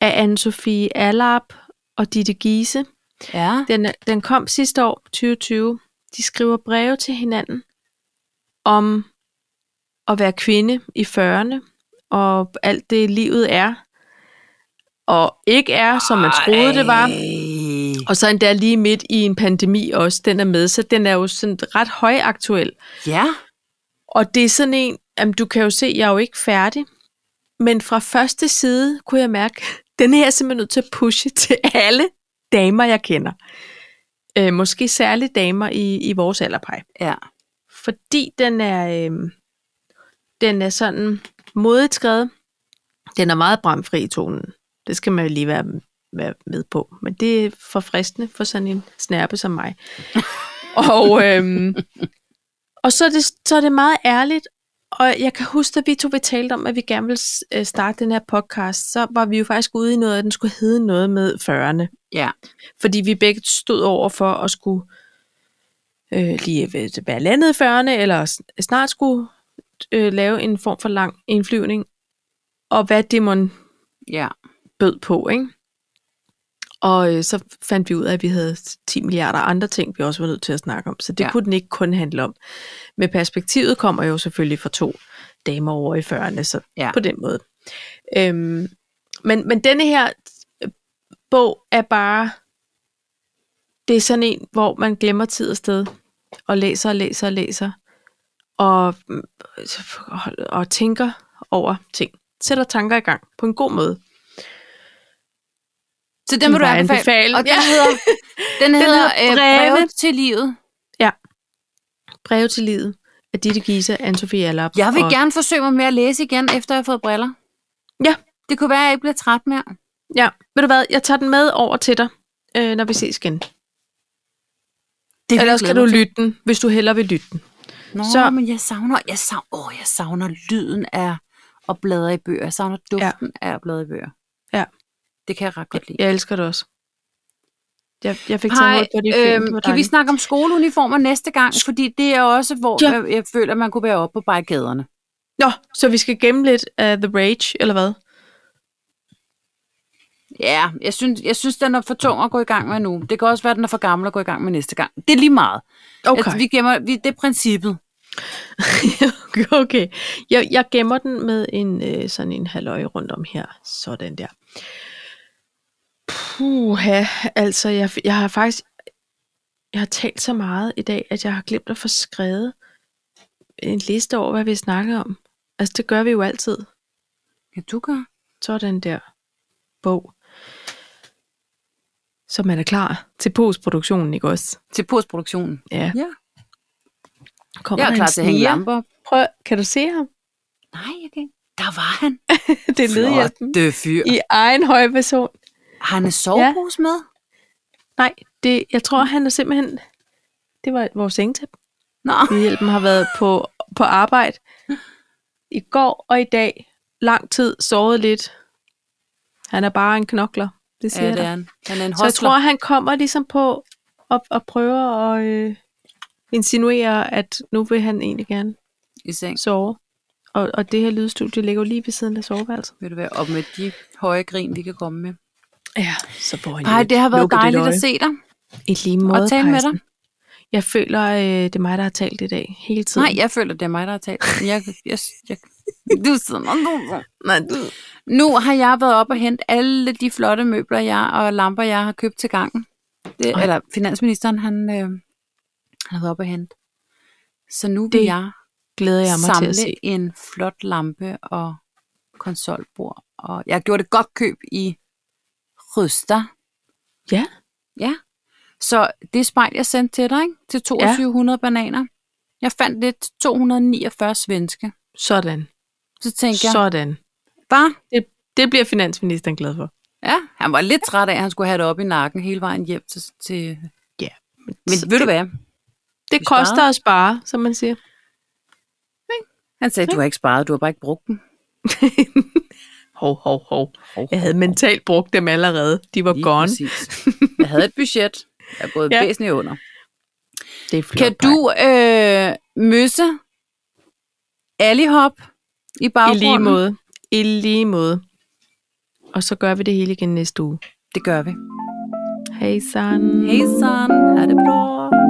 [SPEAKER 2] af Anne-Sophie Allap og Ditte Giese.
[SPEAKER 1] Ja.
[SPEAKER 2] Den, den kom sidste år, 2020. De skriver breve til hinanden om at være kvinde i 40'erne, og alt det livet er, og ikke er, som man troede det var.
[SPEAKER 1] Ej.
[SPEAKER 2] Og så endda lige midt i en pandemi også, den er med, så den er jo sådan ret højaktuel.
[SPEAKER 1] Ja,
[SPEAKER 2] Og det er sådan en, jamen, du kan jo se, jeg er jo ikke færdig, men fra første side kunne jeg mærke, *laughs* den her er jeg simpelthen nødt til at pushe *laughs* til alle damer, jeg kender. Øh, måske særligt damer i, i vores alderpej.
[SPEAKER 1] ja.
[SPEAKER 2] Fordi den er, øh, den er sådan modigt skrevet. Den er meget bramfri i tonen. Det skal man jo lige være, være med på. Men det er forfriskende for sådan en snærpe som mig. og, øhm, og så er, det, så er det meget ærligt. Og jeg kan huske, at vi to vi talte om, at vi gerne ville øh, starte den her podcast, så var vi jo faktisk ude i noget, at den skulle hedde noget med 40'erne
[SPEAKER 1] Ja,
[SPEAKER 2] fordi vi begge stod over for at skulle øh, lige ved- være landet i 40'erne, eller s- snart skulle øh, lave en form for lang indflyvning, og hvad det mon
[SPEAKER 1] ja,
[SPEAKER 2] bød på, ikke? Og øh, så fandt vi ud af, at vi havde 10 milliarder andre ting, vi også var nødt til at snakke om, så det
[SPEAKER 1] Ja.
[SPEAKER 2] ja. kunne den ikke kun handle om. Men perspektivet kommer jo selvfølgelig fra to damer over i 40'erne, så
[SPEAKER 1] Ja.
[SPEAKER 2] ja. på den måde. Øhm, men, men denne her øh, bog er bare, det er sådan en, hvor man glemmer tid og sted, og læser og læser og læser, og, mm, og, og tænker over ting. Sætter tanker i gang på en god måde.
[SPEAKER 1] Så den vil
[SPEAKER 2] Det
[SPEAKER 1] du
[SPEAKER 2] var
[SPEAKER 1] anbefale.
[SPEAKER 2] anbefale.
[SPEAKER 1] Og den
[SPEAKER 2] Ja.
[SPEAKER 1] hedder,
[SPEAKER 2] *laughs*
[SPEAKER 1] den hedder,
[SPEAKER 2] hedder
[SPEAKER 1] øh, breve
[SPEAKER 2] Breve
[SPEAKER 1] til livet.
[SPEAKER 2] Breve til livet af Ditte Giese, Anne-Sophie Allerup.
[SPEAKER 1] Jeg vil
[SPEAKER 2] og-
[SPEAKER 1] gerne forsøge mig med at læse igen, efter jeg har fået briller.
[SPEAKER 2] Ja.
[SPEAKER 1] Det kunne være, at jeg ikke bliver træt mere.
[SPEAKER 2] Ja, ved du hvad, jeg tager den med over til dig, øh, når vi ses igen.
[SPEAKER 1] Det vil jeg
[SPEAKER 2] Ellers kan
[SPEAKER 1] glæde
[SPEAKER 2] du
[SPEAKER 1] mig
[SPEAKER 2] lytte den, hvis du hellere vil lytte den.
[SPEAKER 1] til. Nå, så...
[SPEAKER 2] så-
[SPEAKER 1] men jeg savner, jeg savner, åh, jeg savner lyden af at bladre i bøger. Jeg savner duften ja. af at bladre i bøger.
[SPEAKER 2] Ja.
[SPEAKER 1] Det kan jeg ret godt lide.
[SPEAKER 2] Jeg elsker det også. Jeg, jeg fik taget
[SPEAKER 1] Hej,
[SPEAKER 2] hul på det i ferien, det
[SPEAKER 1] øhm,
[SPEAKER 2] var
[SPEAKER 1] kan vi
[SPEAKER 2] dejligt.
[SPEAKER 1] snakke om skoleuniformer næste gang? Fordi det er også, hvor
[SPEAKER 2] Ja.
[SPEAKER 1] ja. jeg føler, man kunne være oppe på barrikaderne.
[SPEAKER 2] Nå, så vi skal gemme lidt af The Rage, eller hvad?
[SPEAKER 1] Ja, jeg synes, jeg synes, den er for tung at gå i gang med nu. Det kan også være, den er for gammel at gå i gang med næste gang. Det er lige meget.
[SPEAKER 2] Okay,
[SPEAKER 1] At vi gemmer, vi, det er princippet.
[SPEAKER 2] *laughs* okay. Jeg, jeg gemmer den med en øh, sådan en halvøje rundt om her. Sådan der. Puha, altså jeg, jeg har faktisk, jeg har talt så meget i dag, at jeg har glemt at få skrevet en liste over, hvad vi snakker om. Altså det gør vi jo altid.
[SPEAKER 1] Ja, du gør.
[SPEAKER 2] Sådan der bog. Så man er klar til postproduktionen, ikke også?
[SPEAKER 1] Til postproduktionen.
[SPEAKER 2] Ja.
[SPEAKER 1] Ja.
[SPEAKER 2] Kommer
[SPEAKER 1] Jeg
[SPEAKER 2] der
[SPEAKER 1] er
[SPEAKER 2] en
[SPEAKER 1] klar til at hænge
[SPEAKER 2] sniger?
[SPEAKER 1] lamper op.
[SPEAKER 2] Prøv, kan du se ham? *laughs*
[SPEAKER 1] Nej, jeg kan ikke. Der var han.
[SPEAKER 2] det er ledehjælpen.
[SPEAKER 1] Flotte fyr.
[SPEAKER 2] I egen høje person.
[SPEAKER 1] Har han en sovepose ja. med?
[SPEAKER 2] Nej, det, jeg tror,
[SPEAKER 1] Mm.
[SPEAKER 2] han er simpelthen... Det var vores sengetæp.
[SPEAKER 1] Nå,
[SPEAKER 2] Hjælpen har været på, på arbejde i går og i dag. Lang tid, sovet lidt. Han er bare en knokler, det siger
[SPEAKER 1] ja,
[SPEAKER 2] ja,
[SPEAKER 1] det
[SPEAKER 2] jeg
[SPEAKER 1] er
[SPEAKER 2] dig.
[SPEAKER 1] han. Han er en
[SPEAKER 2] Så jeg
[SPEAKER 1] hostler.
[SPEAKER 2] tror, han kommer ligesom på og, og prøver at øh, insinuere, at nu vil han egentlig gerne
[SPEAKER 1] i seng.
[SPEAKER 2] sove. Og, og det her lydstudie ligger jo lige ved siden af soveværelset.
[SPEAKER 1] Vil du være op med de høje grin, vi kan komme med?
[SPEAKER 2] Ja, så får han jo
[SPEAKER 1] Nej,
[SPEAKER 2] et
[SPEAKER 1] det har været
[SPEAKER 2] lukket lille
[SPEAKER 1] dejligt at
[SPEAKER 2] øje.
[SPEAKER 1] se dig.
[SPEAKER 2] I lige måde,
[SPEAKER 1] Og tale med
[SPEAKER 2] Pejsen. Jeg føler, øh, det er mig, der har talt i dag hele tiden.
[SPEAKER 1] Nej, jeg føler, det er mig, der har talt. Jeg, jeg, jeg, du sidder mig.
[SPEAKER 2] Nej du...
[SPEAKER 1] Nu har jeg været op og hente alle de flotte møbler jeg og lamper, jeg har købt til gangen. Det,
[SPEAKER 2] Ej.
[SPEAKER 1] eller finansministeren, han, øh, han har været op og hente. Så nu vil
[SPEAKER 2] Det
[SPEAKER 1] jeg
[SPEAKER 2] glæder jeg mig til
[SPEAKER 1] samle
[SPEAKER 2] at se.
[SPEAKER 1] en flot lampe og konsolbord. Og jeg gjorde et godt køb i Ryster.
[SPEAKER 2] Ja,
[SPEAKER 1] Så det spejl, jeg sendte til dig, ikke? til 2200 ja. bananer. Jeg fandt lidt til 249 svenske.
[SPEAKER 2] sådan.
[SPEAKER 1] Så tænkte jeg,
[SPEAKER 2] Sådan.
[SPEAKER 1] bare,
[SPEAKER 2] Det, det bliver finansministeren glad for.
[SPEAKER 1] ja, han var lidt træt af, at han skulle have det op i nakken hele vejen hjem til, til Men
[SPEAKER 2] Så
[SPEAKER 1] ved du
[SPEAKER 2] det,
[SPEAKER 1] hvad?
[SPEAKER 2] det
[SPEAKER 1] vi
[SPEAKER 2] koster
[SPEAKER 1] sparer?
[SPEAKER 2] at spare, som man siger.
[SPEAKER 1] Han sagde, du har ikke sparet, du har bare ikke brugt dem.
[SPEAKER 2] Hov, hov, hov. Jeg havde mentalt brugt dem allerede. De var
[SPEAKER 1] Lige
[SPEAKER 2] gone.
[SPEAKER 1] præcis. Jeg havde et budget. Jeg er gået ja.
[SPEAKER 2] Ja.
[SPEAKER 1] væsentligt under.
[SPEAKER 2] Det er flot,
[SPEAKER 1] Kan
[SPEAKER 2] Paj.
[SPEAKER 1] du øh, møsse allihop i
[SPEAKER 2] I
[SPEAKER 1] baggrunden?
[SPEAKER 2] lige måde. I lige måde. Og så gør vi det hele igen næste uge.
[SPEAKER 1] Det gør vi.
[SPEAKER 2] Hej san.
[SPEAKER 1] Hej san, ha det bra.